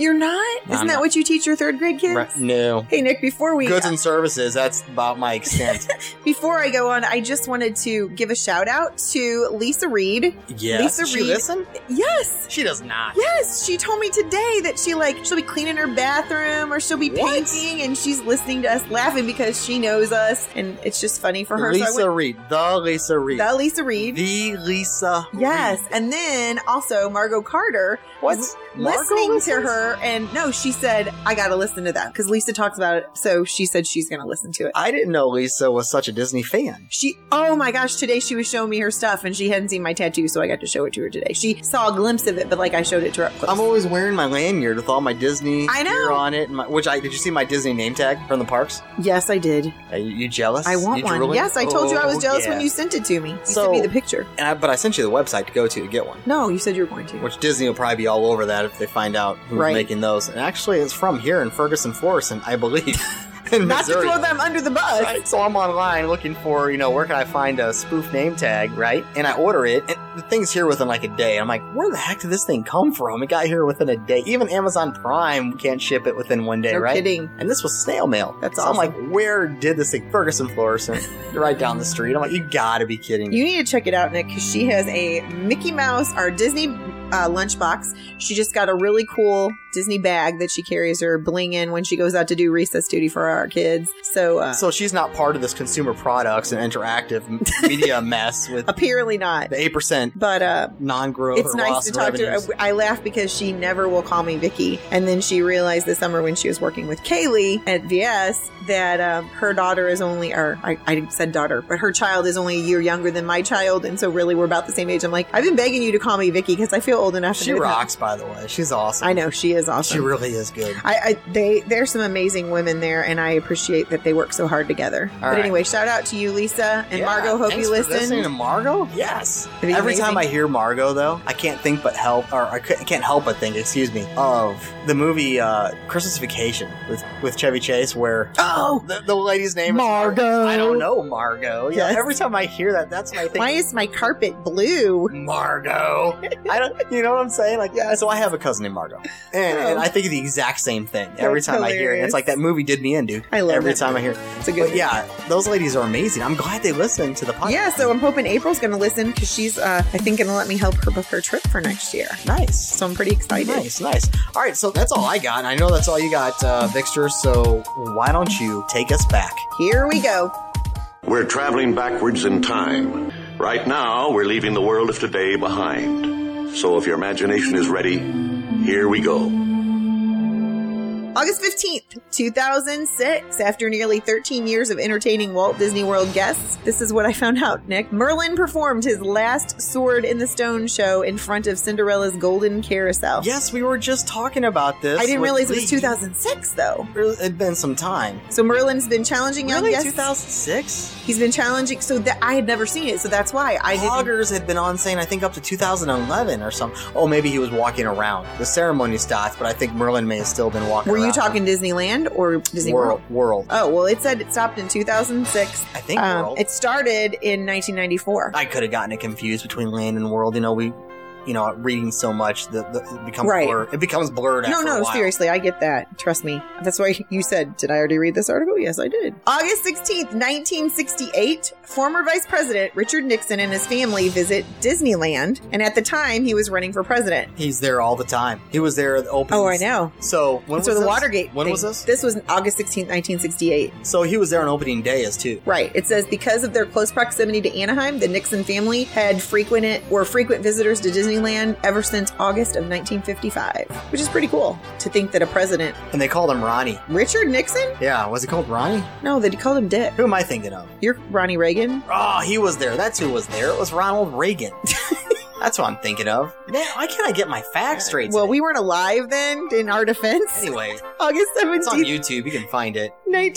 Speaker 7: You're not?
Speaker 6: No,
Speaker 7: Isn't
Speaker 6: I'm
Speaker 7: that
Speaker 6: not.
Speaker 7: what you teach your third grade kids?
Speaker 6: Right, no.
Speaker 7: Hey, Nick, before we
Speaker 6: Goods and services, that's about my extent.
Speaker 7: before I go on, I just wanted to give a shout out to Lisa Reed.
Speaker 6: Yes.
Speaker 7: Lisa
Speaker 6: Does she
Speaker 7: Reed.
Speaker 6: listen?
Speaker 7: Yes.
Speaker 6: she does not.
Speaker 7: Yes, she told me today that she like she'll be cleaning her bathroom or she'll be painting and she's listening to us laughing because she knows us and it's just funny for her.
Speaker 6: Lisa
Speaker 7: so I went,
Speaker 6: Reed. The Lisa Reed.
Speaker 7: The Lisa Reed.
Speaker 6: The Lisa.
Speaker 7: Yes, and then also Margot Carter was
Speaker 6: Margot
Speaker 7: listening to
Speaker 6: listens?
Speaker 7: her, and no, she said I got to listen to that because Lisa talks about it, so she said she's going to listen to it.
Speaker 6: I didn't know Lisa was such a Disney fan.
Speaker 7: She, oh my gosh, today she was showing me her stuff, and she hadn't seen my tattoo, so I got to show it to her today. She saw a glimpse of it, but like I showed it to her up close.
Speaker 6: I'm always wearing my lanyard with all my Disney
Speaker 7: I know.
Speaker 6: gear on it. and My, which I did you see my Disney name tag from the parks?
Speaker 7: yes, I did.
Speaker 6: Are you, you jealous?
Speaker 7: I want
Speaker 6: You
Speaker 7: one.
Speaker 6: drooling?
Speaker 7: Yes, I told you I was
Speaker 6: Oh,
Speaker 7: jealous
Speaker 6: yeah.
Speaker 7: when you sent it to me. You
Speaker 6: So-
Speaker 7: sent me the picture.
Speaker 6: And I, but I sent you the website to go to to get one.
Speaker 7: No, you said you were going to.
Speaker 6: Which Disney will probably be all over that if they find out who's
Speaker 7: Right.
Speaker 6: making those. And actually, it's from here in Ferguson, Florissant, I believe, in
Speaker 7: Not
Speaker 6: Missouri.
Speaker 7: to throw them under the bus.
Speaker 6: Right, so I'm online looking for, you know, where can I find a spoof name tag, right? And I order it, and the thing's here within like a day. I'm like, where the heck did this thing come from? It got here within a day. Even Amazon Prime can't ship it within one day,
Speaker 7: No
Speaker 6: right?
Speaker 7: kidding.
Speaker 6: And this was snail mail.
Speaker 7: That's
Speaker 6: so
Speaker 7: awesome.
Speaker 6: I'm like, where did this thing? Ferguson, Florissant, right down the street. I'm like, you gotta be kidding me.
Speaker 7: You need to check it out, Nick, because she has a Mickey Mouse or Disney uh, lunchbox. She just got a really cool Disney bag that she carries her bling in when she goes out to do recess duty for our kids. So, uh,
Speaker 6: so she's not part of this consumer products and interactive m- media mess with
Speaker 7: apparently not.
Speaker 6: the 8%
Speaker 7: But uh,
Speaker 6: non-growth
Speaker 7: it's
Speaker 6: or
Speaker 7: nice
Speaker 6: loss
Speaker 7: to
Speaker 6: in
Speaker 7: talk
Speaker 6: revenues.
Speaker 7: to her. I laugh because she never will call me Vicky. And then she realized this summer when she was working with Kaylee at VS that um, her daughter is only, or I, I said daughter, but her child is only a year younger than my child. And so really we're about the same age. I'm like, I've been begging you to call me Vicky because I feel old enough.
Speaker 6: She
Speaker 7: to
Speaker 6: rocks, by the way. She's awesome.
Speaker 7: I know she is awesome.
Speaker 6: She really is good.
Speaker 7: I, I they there's some amazing women there, and I appreciate that they work so hard together. but
Speaker 6: right.
Speaker 7: anyway, shout out to you, Lisa and
Speaker 6: Yeah,
Speaker 7: Margot. Hope
Speaker 6: thanks
Speaker 7: you
Speaker 6: for
Speaker 7: listen.
Speaker 6: listening to Margot. Yes.
Speaker 7: be
Speaker 6: Every
Speaker 7: amazing.
Speaker 6: time I hear Margot, though, I can't think but help, or I cou- I can't help but think, excuse me, of the movie uh, Christmas Vacation with with Chevy Chase, where
Speaker 7: Oh,
Speaker 6: the, the lady's name is
Speaker 7: Margot.
Speaker 6: I don't know Margot. Yeah.
Speaker 7: Yes.
Speaker 6: Every time I hear that, that's what I think.
Speaker 7: Why is my carpet blue?
Speaker 6: Margot. I don't. You know what I'm saying? Like, yeah. So I have a cousin named Margot, and, and I think of the exact same thing every
Speaker 7: Oh. That's
Speaker 6: time I hear it. It's like that movie did me in, dude.
Speaker 7: I love
Speaker 6: every
Speaker 7: it.
Speaker 6: time I hear. It.
Speaker 7: It's a good
Speaker 6: But yeah, those ladies are amazing. I'm glad they listen to the podcast.
Speaker 7: Yeah, so I'm hoping April's going to listen because she's, uh, I think, going to let me help her book her trip for next year.
Speaker 6: Nice.
Speaker 7: So I'm pretty excited.
Speaker 6: Nice, nice. All right, so that's all I got. and I know that's all you got, uh, Vixter. So why don't you take us back?
Speaker 7: Here we go.
Speaker 14: We're traveling backwards in time. Right now, we're leaving the world of today behind. So if your imagination is ready, here we go.
Speaker 7: August 15th, 2006. After nearly 13 years of entertaining Walt Disney World guests, this is what I found out, Nick. Merlin performed his last Sword in the Stone show in front of Cinderella's Golden Carousel.
Speaker 6: Yes, we were just talking about this.
Speaker 7: I didn't
Speaker 6: with
Speaker 7: realize it
Speaker 6: Lee.
Speaker 7: was 2006, though.
Speaker 6: It'd been some time.
Speaker 7: So Merlin's been challenging young
Speaker 6: Really,
Speaker 7: guests.
Speaker 6: 2006?
Speaker 7: He's been challenging, so that I had never seen it, so that's why I didn't.
Speaker 6: Bloggers had been on saying, I think up to 2011 or something. Oh, maybe he was walking around. The ceremony stopped, but I think Merlin may have still been walking
Speaker 7: Were
Speaker 6: around.
Speaker 7: you talking Disneyland or Disney World?
Speaker 6: World? World.
Speaker 7: Oh, well, it said it stopped in 2006.
Speaker 6: I think World.
Speaker 7: Um, It started in 1994.
Speaker 6: I could have gotten it confused between land and world. You know, we, you know, reading so much that that it becomes
Speaker 7: Right.
Speaker 6: blurred. It becomes blurred.
Speaker 7: No,
Speaker 6: after a
Speaker 7: no,
Speaker 6: while.
Speaker 7: seriously, I get that. Trust me. That's why you said, did I already read this article? Yes, I did. August 16th, 1968, former Vice President Richard Nixon and his family visit Disneyland, and at the time, he was running for president.
Speaker 6: He's there all the time. He was there at the open.
Speaker 7: Oh, I know.
Speaker 6: So when was
Speaker 7: That's where the
Speaker 6: this?
Speaker 7: Watergate.
Speaker 6: When
Speaker 7: thing-
Speaker 6: was this?
Speaker 7: This was August 16th, 1968.
Speaker 6: So he was there on opening day as too.
Speaker 7: Right. It says because of their close proximity to Anaheim, the Nixon family had frequent were frequent visitors to Disneyland ever since August of 1955, which is pretty cool to think that a president,
Speaker 6: And they called him Ronnie.
Speaker 7: Richard Nixon?
Speaker 6: Yeah, was it called Ronnie?
Speaker 7: No, they called him Dick.
Speaker 6: Who am I thinking of?
Speaker 7: You're Ronnie Reagan.
Speaker 6: Oh, he was there. That's who was there. It was Ronald Reagan. That's what I'm thinking of. Man, why can't I get my facts straight?
Speaker 7: Well,
Speaker 6: today?
Speaker 7: we weren't alive then in our defense.
Speaker 6: anyway,
Speaker 7: August
Speaker 6: it's on
Speaker 7: 17th,
Speaker 6: YouTube. You can find it.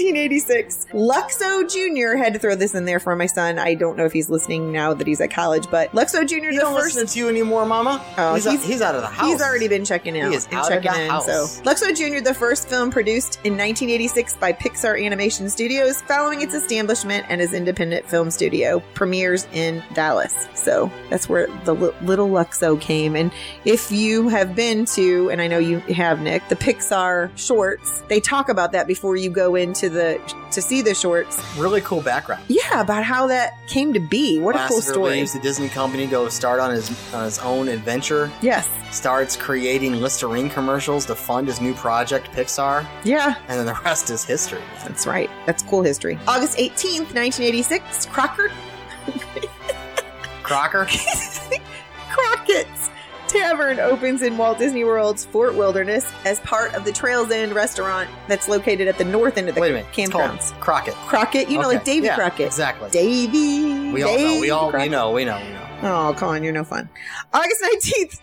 Speaker 7: 1986. Luxo Jr. had to throw this in there for my son. I don't know if he's listening now that he's at college, but Luxo Jr.
Speaker 6: You
Speaker 7: the
Speaker 6: don't
Speaker 7: first
Speaker 6: listen to you anymore, Mama.
Speaker 7: Oh,
Speaker 6: he's, out-
Speaker 7: he's-
Speaker 6: he's out of the house.
Speaker 7: He's already been checking out.
Speaker 6: He is
Speaker 7: and
Speaker 6: out of
Speaker 7: checking
Speaker 6: the
Speaker 7: in.
Speaker 6: house.
Speaker 7: So Luxo Jr., the first film produced in 1986 by Pixar Animation Studios, following its establishment and his independent film studio, premieres in Dallas. So that's where the li- little Luxo came. name. And if you have been to, and I know you have, Nick, the Pixar shorts, they talk about that before you go into the to see the shorts.
Speaker 6: Really cool background.
Speaker 7: Yeah, about how that came to be. What a cool
Speaker 6: Lasseter
Speaker 7: story.
Speaker 6: leaves the Disney company to go start on his on his own adventure.
Speaker 7: Yes.
Speaker 6: Starts creating Listerine commercials to fund his new project, Pixar.
Speaker 7: Yeah.
Speaker 6: And then the rest is history.
Speaker 7: That's right. That's cool history. August 18th, 1986, Crocker
Speaker 6: Crocker.
Speaker 7: Crockett's Tavern opens in Walt Disney World's Fort Wilderness as part of the Trails End restaurant that's located at the north end of the
Speaker 6: Wait a minute. It's called
Speaker 7: campgrounds.
Speaker 6: Crockett.
Speaker 7: Crockett, you know, like
Speaker 6: Okay.
Speaker 7: Davy
Speaker 6: Yeah,
Speaker 7: Crockett.
Speaker 6: Exactly.
Speaker 7: Davy.
Speaker 6: we all know.
Speaker 7: Davy
Speaker 6: We all we
Speaker 7: Crockett.
Speaker 6: know. We know. We know.
Speaker 7: Oh, Colin, you're no fun. August 19th,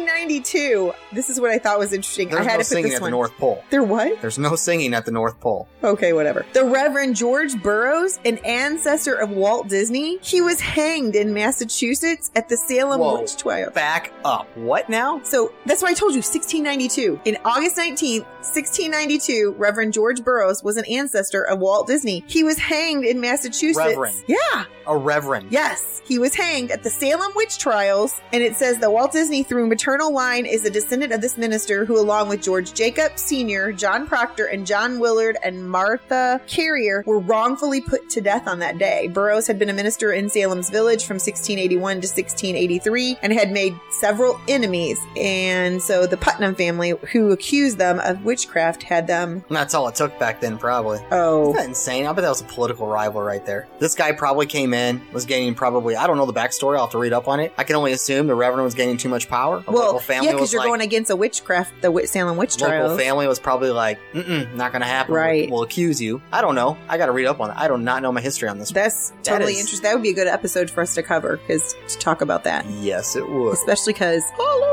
Speaker 7: 1692. This is what I thought was interesting.
Speaker 6: There's
Speaker 7: I had
Speaker 6: no
Speaker 7: to put
Speaker 6: singing
Speaker 7: this
Speaker 6: at
Speaker 7: one.
Speaker 6: the North Pole.
Speaker 7: There what?
Speaker 6: There's no singing at the North Pole.
Speaker 7: Okay, whatever. The Reverend George Burroughs, an ancestor of Walt Disney, he was hanged in Massachusetts at the Salem
Speaker 6: Whoa.
Speaker 7: witch trial.
Speaker 6: Back up. What now?
Speaker 7: So that's why I told you 1692. In August 19th, 1692, Reverend George Burroughs was an ancestor of Walt Disney. He was hanged in Massachusetts.
Speaker 6: Reverend.
Speaker 7: Yeah.
Speaker 6: A reverend.
Speaker 7: Yes, he was hanged at the Salem witch trials, and it says that Walt Disney, through maternal line, is a descendant of this minister who, along with George Jacob Sr., John Proctor, and John Willard and Martha Carrier, were wrongfully put to death on that day. Burroughs had been a minister in Salem's village from 1681 to 1683 and had made several enemies. And so the Putnam family, who accused them of witchcraft, had them.
Speaker 6: And that's all it took back then, probably.
Speaker 7: Oh.
Speaker 6: Isn't that insane? I bet that was a political rival right there. This guy probably came in, was gaining probably, I don't know the backstory, I'll have to read up on it. I can only assume the Reverend was gaining too much power. A
Speaker 7: Well,
Speaker 6: local family
Speaker 7: yeah, because
Speaker 6: was
Speaker 7: you're
Speaker 6: like,
Speaker 7: going against a witchcraft, the wit- Salem witch trials.
Speaker 6: local family was probably like, mm-mm, not gonna happen. We'll-
Speaker 7: Right.
Speaker 6: We'll, accuse you. I don't know. I gotta read up on it. I do not know my history on this.
Speaker 7: That's
Speaker 6: That
Speaker 7: totally
Speaker 6: is-
Speaker 7: interesting. That would be a good episode for us to cover because to talk about that,
Speaker 6: yes, it would.
Speaker 7: especially because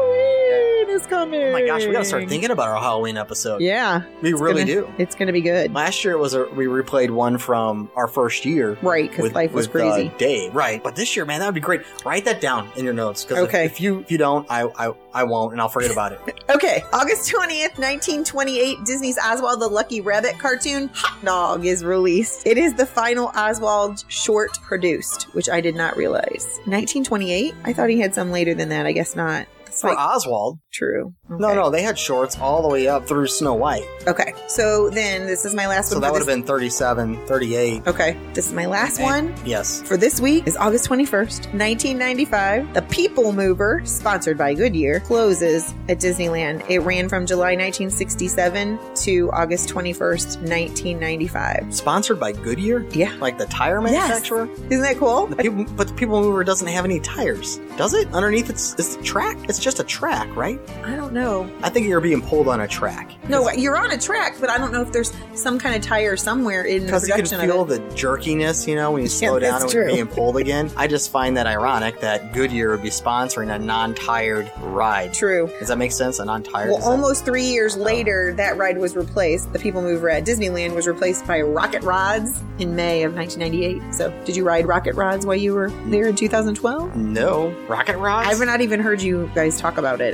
Speaker 7: Halloween is coming.
Speaker 6: Oh my gosh, we gotta start thinking about our Halloween episode.
Speaker 7: Yeah,
Speaker 6: We really
Speaker 7: gonna-
Speaker 6: do.
Speaker 7: It's going to be good,
Speaker 6: Last year it was a we replayed one from our first year.
Speaker 7: right? Because
Speaker 6: with-
Speaker 7: life was
Speaker 6: with, uh,
Speaker 7: crazy.
Speaker 6: Dave, right? But this year, man, that would be great. Write that down in your notes because
Speaker 7: Okay.
Speaker 6: if, you if you don't, I, I I won't, and I'll forget about it.
Speaker 7: okay, August twentieth, nineteen twenty-eight, Disney's Oswald the Lucky Rabbit cartoon Hot Dog is released. It is the final Oswald short produced, which I did not realize. Nineteen twenty-eight. I thought he had some later than that. I guess not. It's
Speaker 6: For
Speaker 7: like-
Speaker 6: Oswald,
Speaker 7: true.
Speaker 6: no, no, they had shorts all the way up through Snow White,
Speaker 7: Okay, so then this is my last
Speaker 6: so
Speaker 7: one.
Speaker 6: that
Speaker 7: for
Speaker 6: would
Speaker 7: this
Speaker 6: have been 37, 38.
Speaker 7: Okay, this is my last one
Speaker 6: Yes,
Speaker 7: for this week. Is August 21st, 1995. The People Mover, sponsored by Goodyear, closes at Disneyland. It ran from July 1967 to August 21st, 1995.
Speaker 6: sponsored by Goodyear.
Speaker 7: Yeah.
Speaker 6: like the tire
Speaker 7: Yes.
Speaker 6: manufacturer.
Speaker 7: Isn't that cool?
Speaker 6: The people, but the People Mover doesn't have any tires, does it? Underneath it's it's a track. It's just a track, right?
Speaker 7: I don't know.
Speaker 6: I think you're being pulled on a track
Speaker 7: No, you're on a track, but I don't know if there's some kind of tire somewhere in the
Speaker 6: because you can
Speaker 7: production
Speaker 6: feel
Speaker 7: of it.
Speaker 6: the jerkiness, you know, when you slow down
Speaker 7: that's
Speaker 6: and
Speaker 7: true.
Speaker 6: being pulled again. I just find that ironic that Goodyear would be sponsoring a non-tired ride.
Speaker 7: True.
Speaker 6: Does that make sense? A non-tired.
Speaker 7: Well,
Speaker 6: is that-
Speaker 7: almost three years
Speaker 6: Um,
Speaker 7: later, that ride was replaced. The People Mover at Disneyland was replaced by Rocket Rods in May of 1998. So, did you ride Rocket Rods while you were there in 2012?
Speaker 6: No, rocket rods.
Speaker 7: I've not even heard you guys talk about it,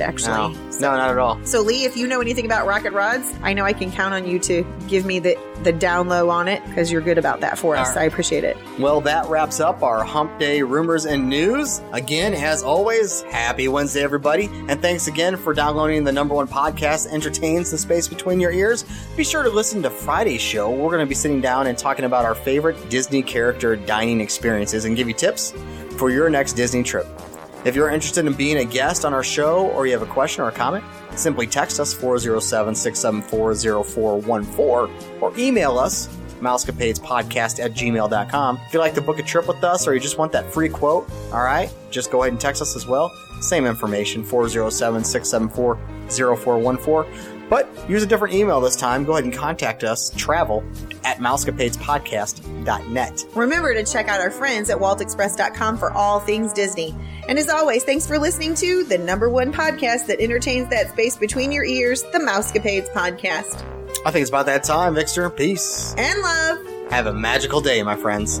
Speaker 6: No,
Speaker 7: actually.
Speaker 6: no, not at all.
Speaker 7: So, Lee, if you know anything about Rocket Rods, I know I can count on you to give me the, the down low on it because you're good about that for us. I appreciate it.
Speaker 6: Well, that wraps up our Hump Day rumors and news. Again, as always, happy Wednesday, everybody. And thanks again for downloading the number one podcast that entertains the space between your ears. Be sure to listen to Friday's show. We're going to be sitting down and talking about our favorite Disney character dining experiences and give you tips for your next Disney trip. If you're interested in being a guest on our show or you have a question or a comment, simply text us 407 674 0414 or email us mousecapadespodcast at gmail.com. If you'd like to book a trip with us or you just want that free quote, all right, just go ahead and text us as well. Same information 407 674 0414. But use a different email this time. Go ahead and contact us travel at mousecapadespodcast.net.
Speaker 7: Remember to check out our friends at waltexpress.com for all things Disney. And as always, thanks for listening to the number one podcast that entertains that space between your ears, the Mousecapades Podcast.
Speaker 6: I think it's about that time, Vixter. Peace.
Speaker 7: And love!
Speaker 6: Have a magical day, my friends.